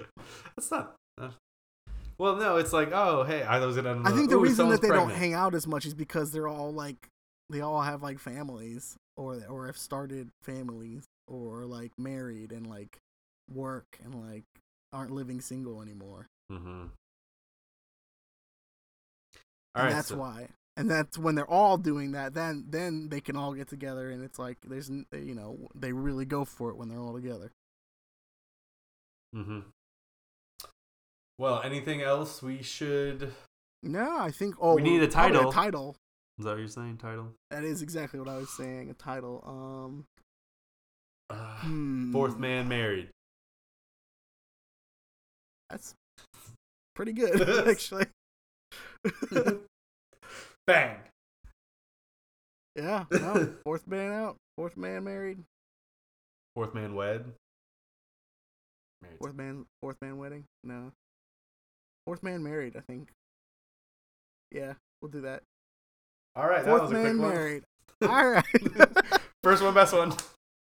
Speaker 1: that's not. uh, well, no, it's like, oh hey, I was gonna.
Speaker 2: I think the
Speaker 1: ooh,
Speaker 2: reason
Speaker 1: someone's
Speaker 2: that they
Speaker 1: pregnant.
Speaker 2: don't hang out as much is because they're all like they all have like families or or have started families or like married and like work and like aren't living single anymore.
Speaker 1: Mm-hmm. All
Speaker 2: and
Speaker 1: right,
Speaker 2: that's
Speaker 1: so,
Speaker 2: why and that's when they're all doing that then then they can all get together and it's like there's n- you know they really go for it when they're all together
Speaker 1: hmm Well, anything else we should? Is
Speaker 2: no i think oh
Speaker 1: We need a
Speaker 2: probably
Speaker 1: title.
Speaker 2: title
Speaker 1: that what you're saying? Title.
Speaker 2: that is exactly what i was saying a title um
Speaker 1: Uh,
Speaker 2: hmm,
Speaker 1: fourth man married.
Speaker 2: that's pretty good actually
Speaker 1: Bang.
Speaker 2: yeah no, fourth man out fourth man married
Speaker 1: Fourth man wed. Married.
Speaker 2: fourth man fourth man wedding no fourth man married i think yeah We'll do that.
Speaker 1: All right, that
Speaker 2: Fourth
Speaker 1: was a quick
Speaker 2: man
Speaker 1: one.
Speaker 2: married. All right.
Speaker 1: First one, best one.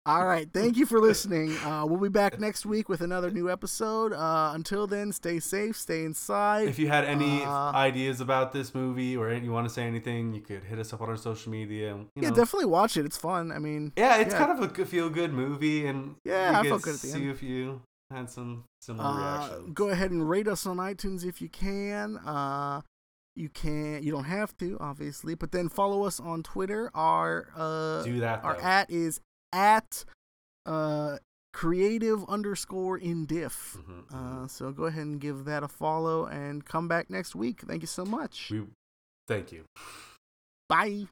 Speaker 2: All right. Thank you for listening. Uh, we'll be back next week with another new episode. Uh, until then, stay safe, stay inside.
Speaker 1: If you had any
Speaker 2: Uh,
Speaker 1: ideas about this movie or you want to say anything, you could hit us up on our social media. and, You
Speaker 2: yeah,
Speaker 1: know,
Speaker 2: definitely watch it. It's fun. I mean,
Speaker 1: Yeah, it's
Speaker 2: Yeah.
Speaker 1: kind of a feel good feel-good movie, and
Speaker 2: Yeah,
Speaker 1: you
Speaker 2: I
Speaker 1: could
Speaker 2: felt good at the
Speaker 1: see
Speaker 2: end.
Speaker 1: if you had some similar
Speaker 2: uh,
Speaker 1: reactions.
Speaker 2: go ahead and rate us on iTunes if you can. Uh, you can. You don't have to, obviously, but then follow us on Twitter. Our uh,
Speaker 1: Do that.
Speaker 2: our
Speaker 1: though.
Speaker 2: at is at uh, creative underscore in diff.
Speaker 1: Mhm, mhm.
Speaker 2: Uh, so go ahead and give that a follow and come back next week. Thank you so much.
Speaker 1: we thank you.
Speaker 2: Bye.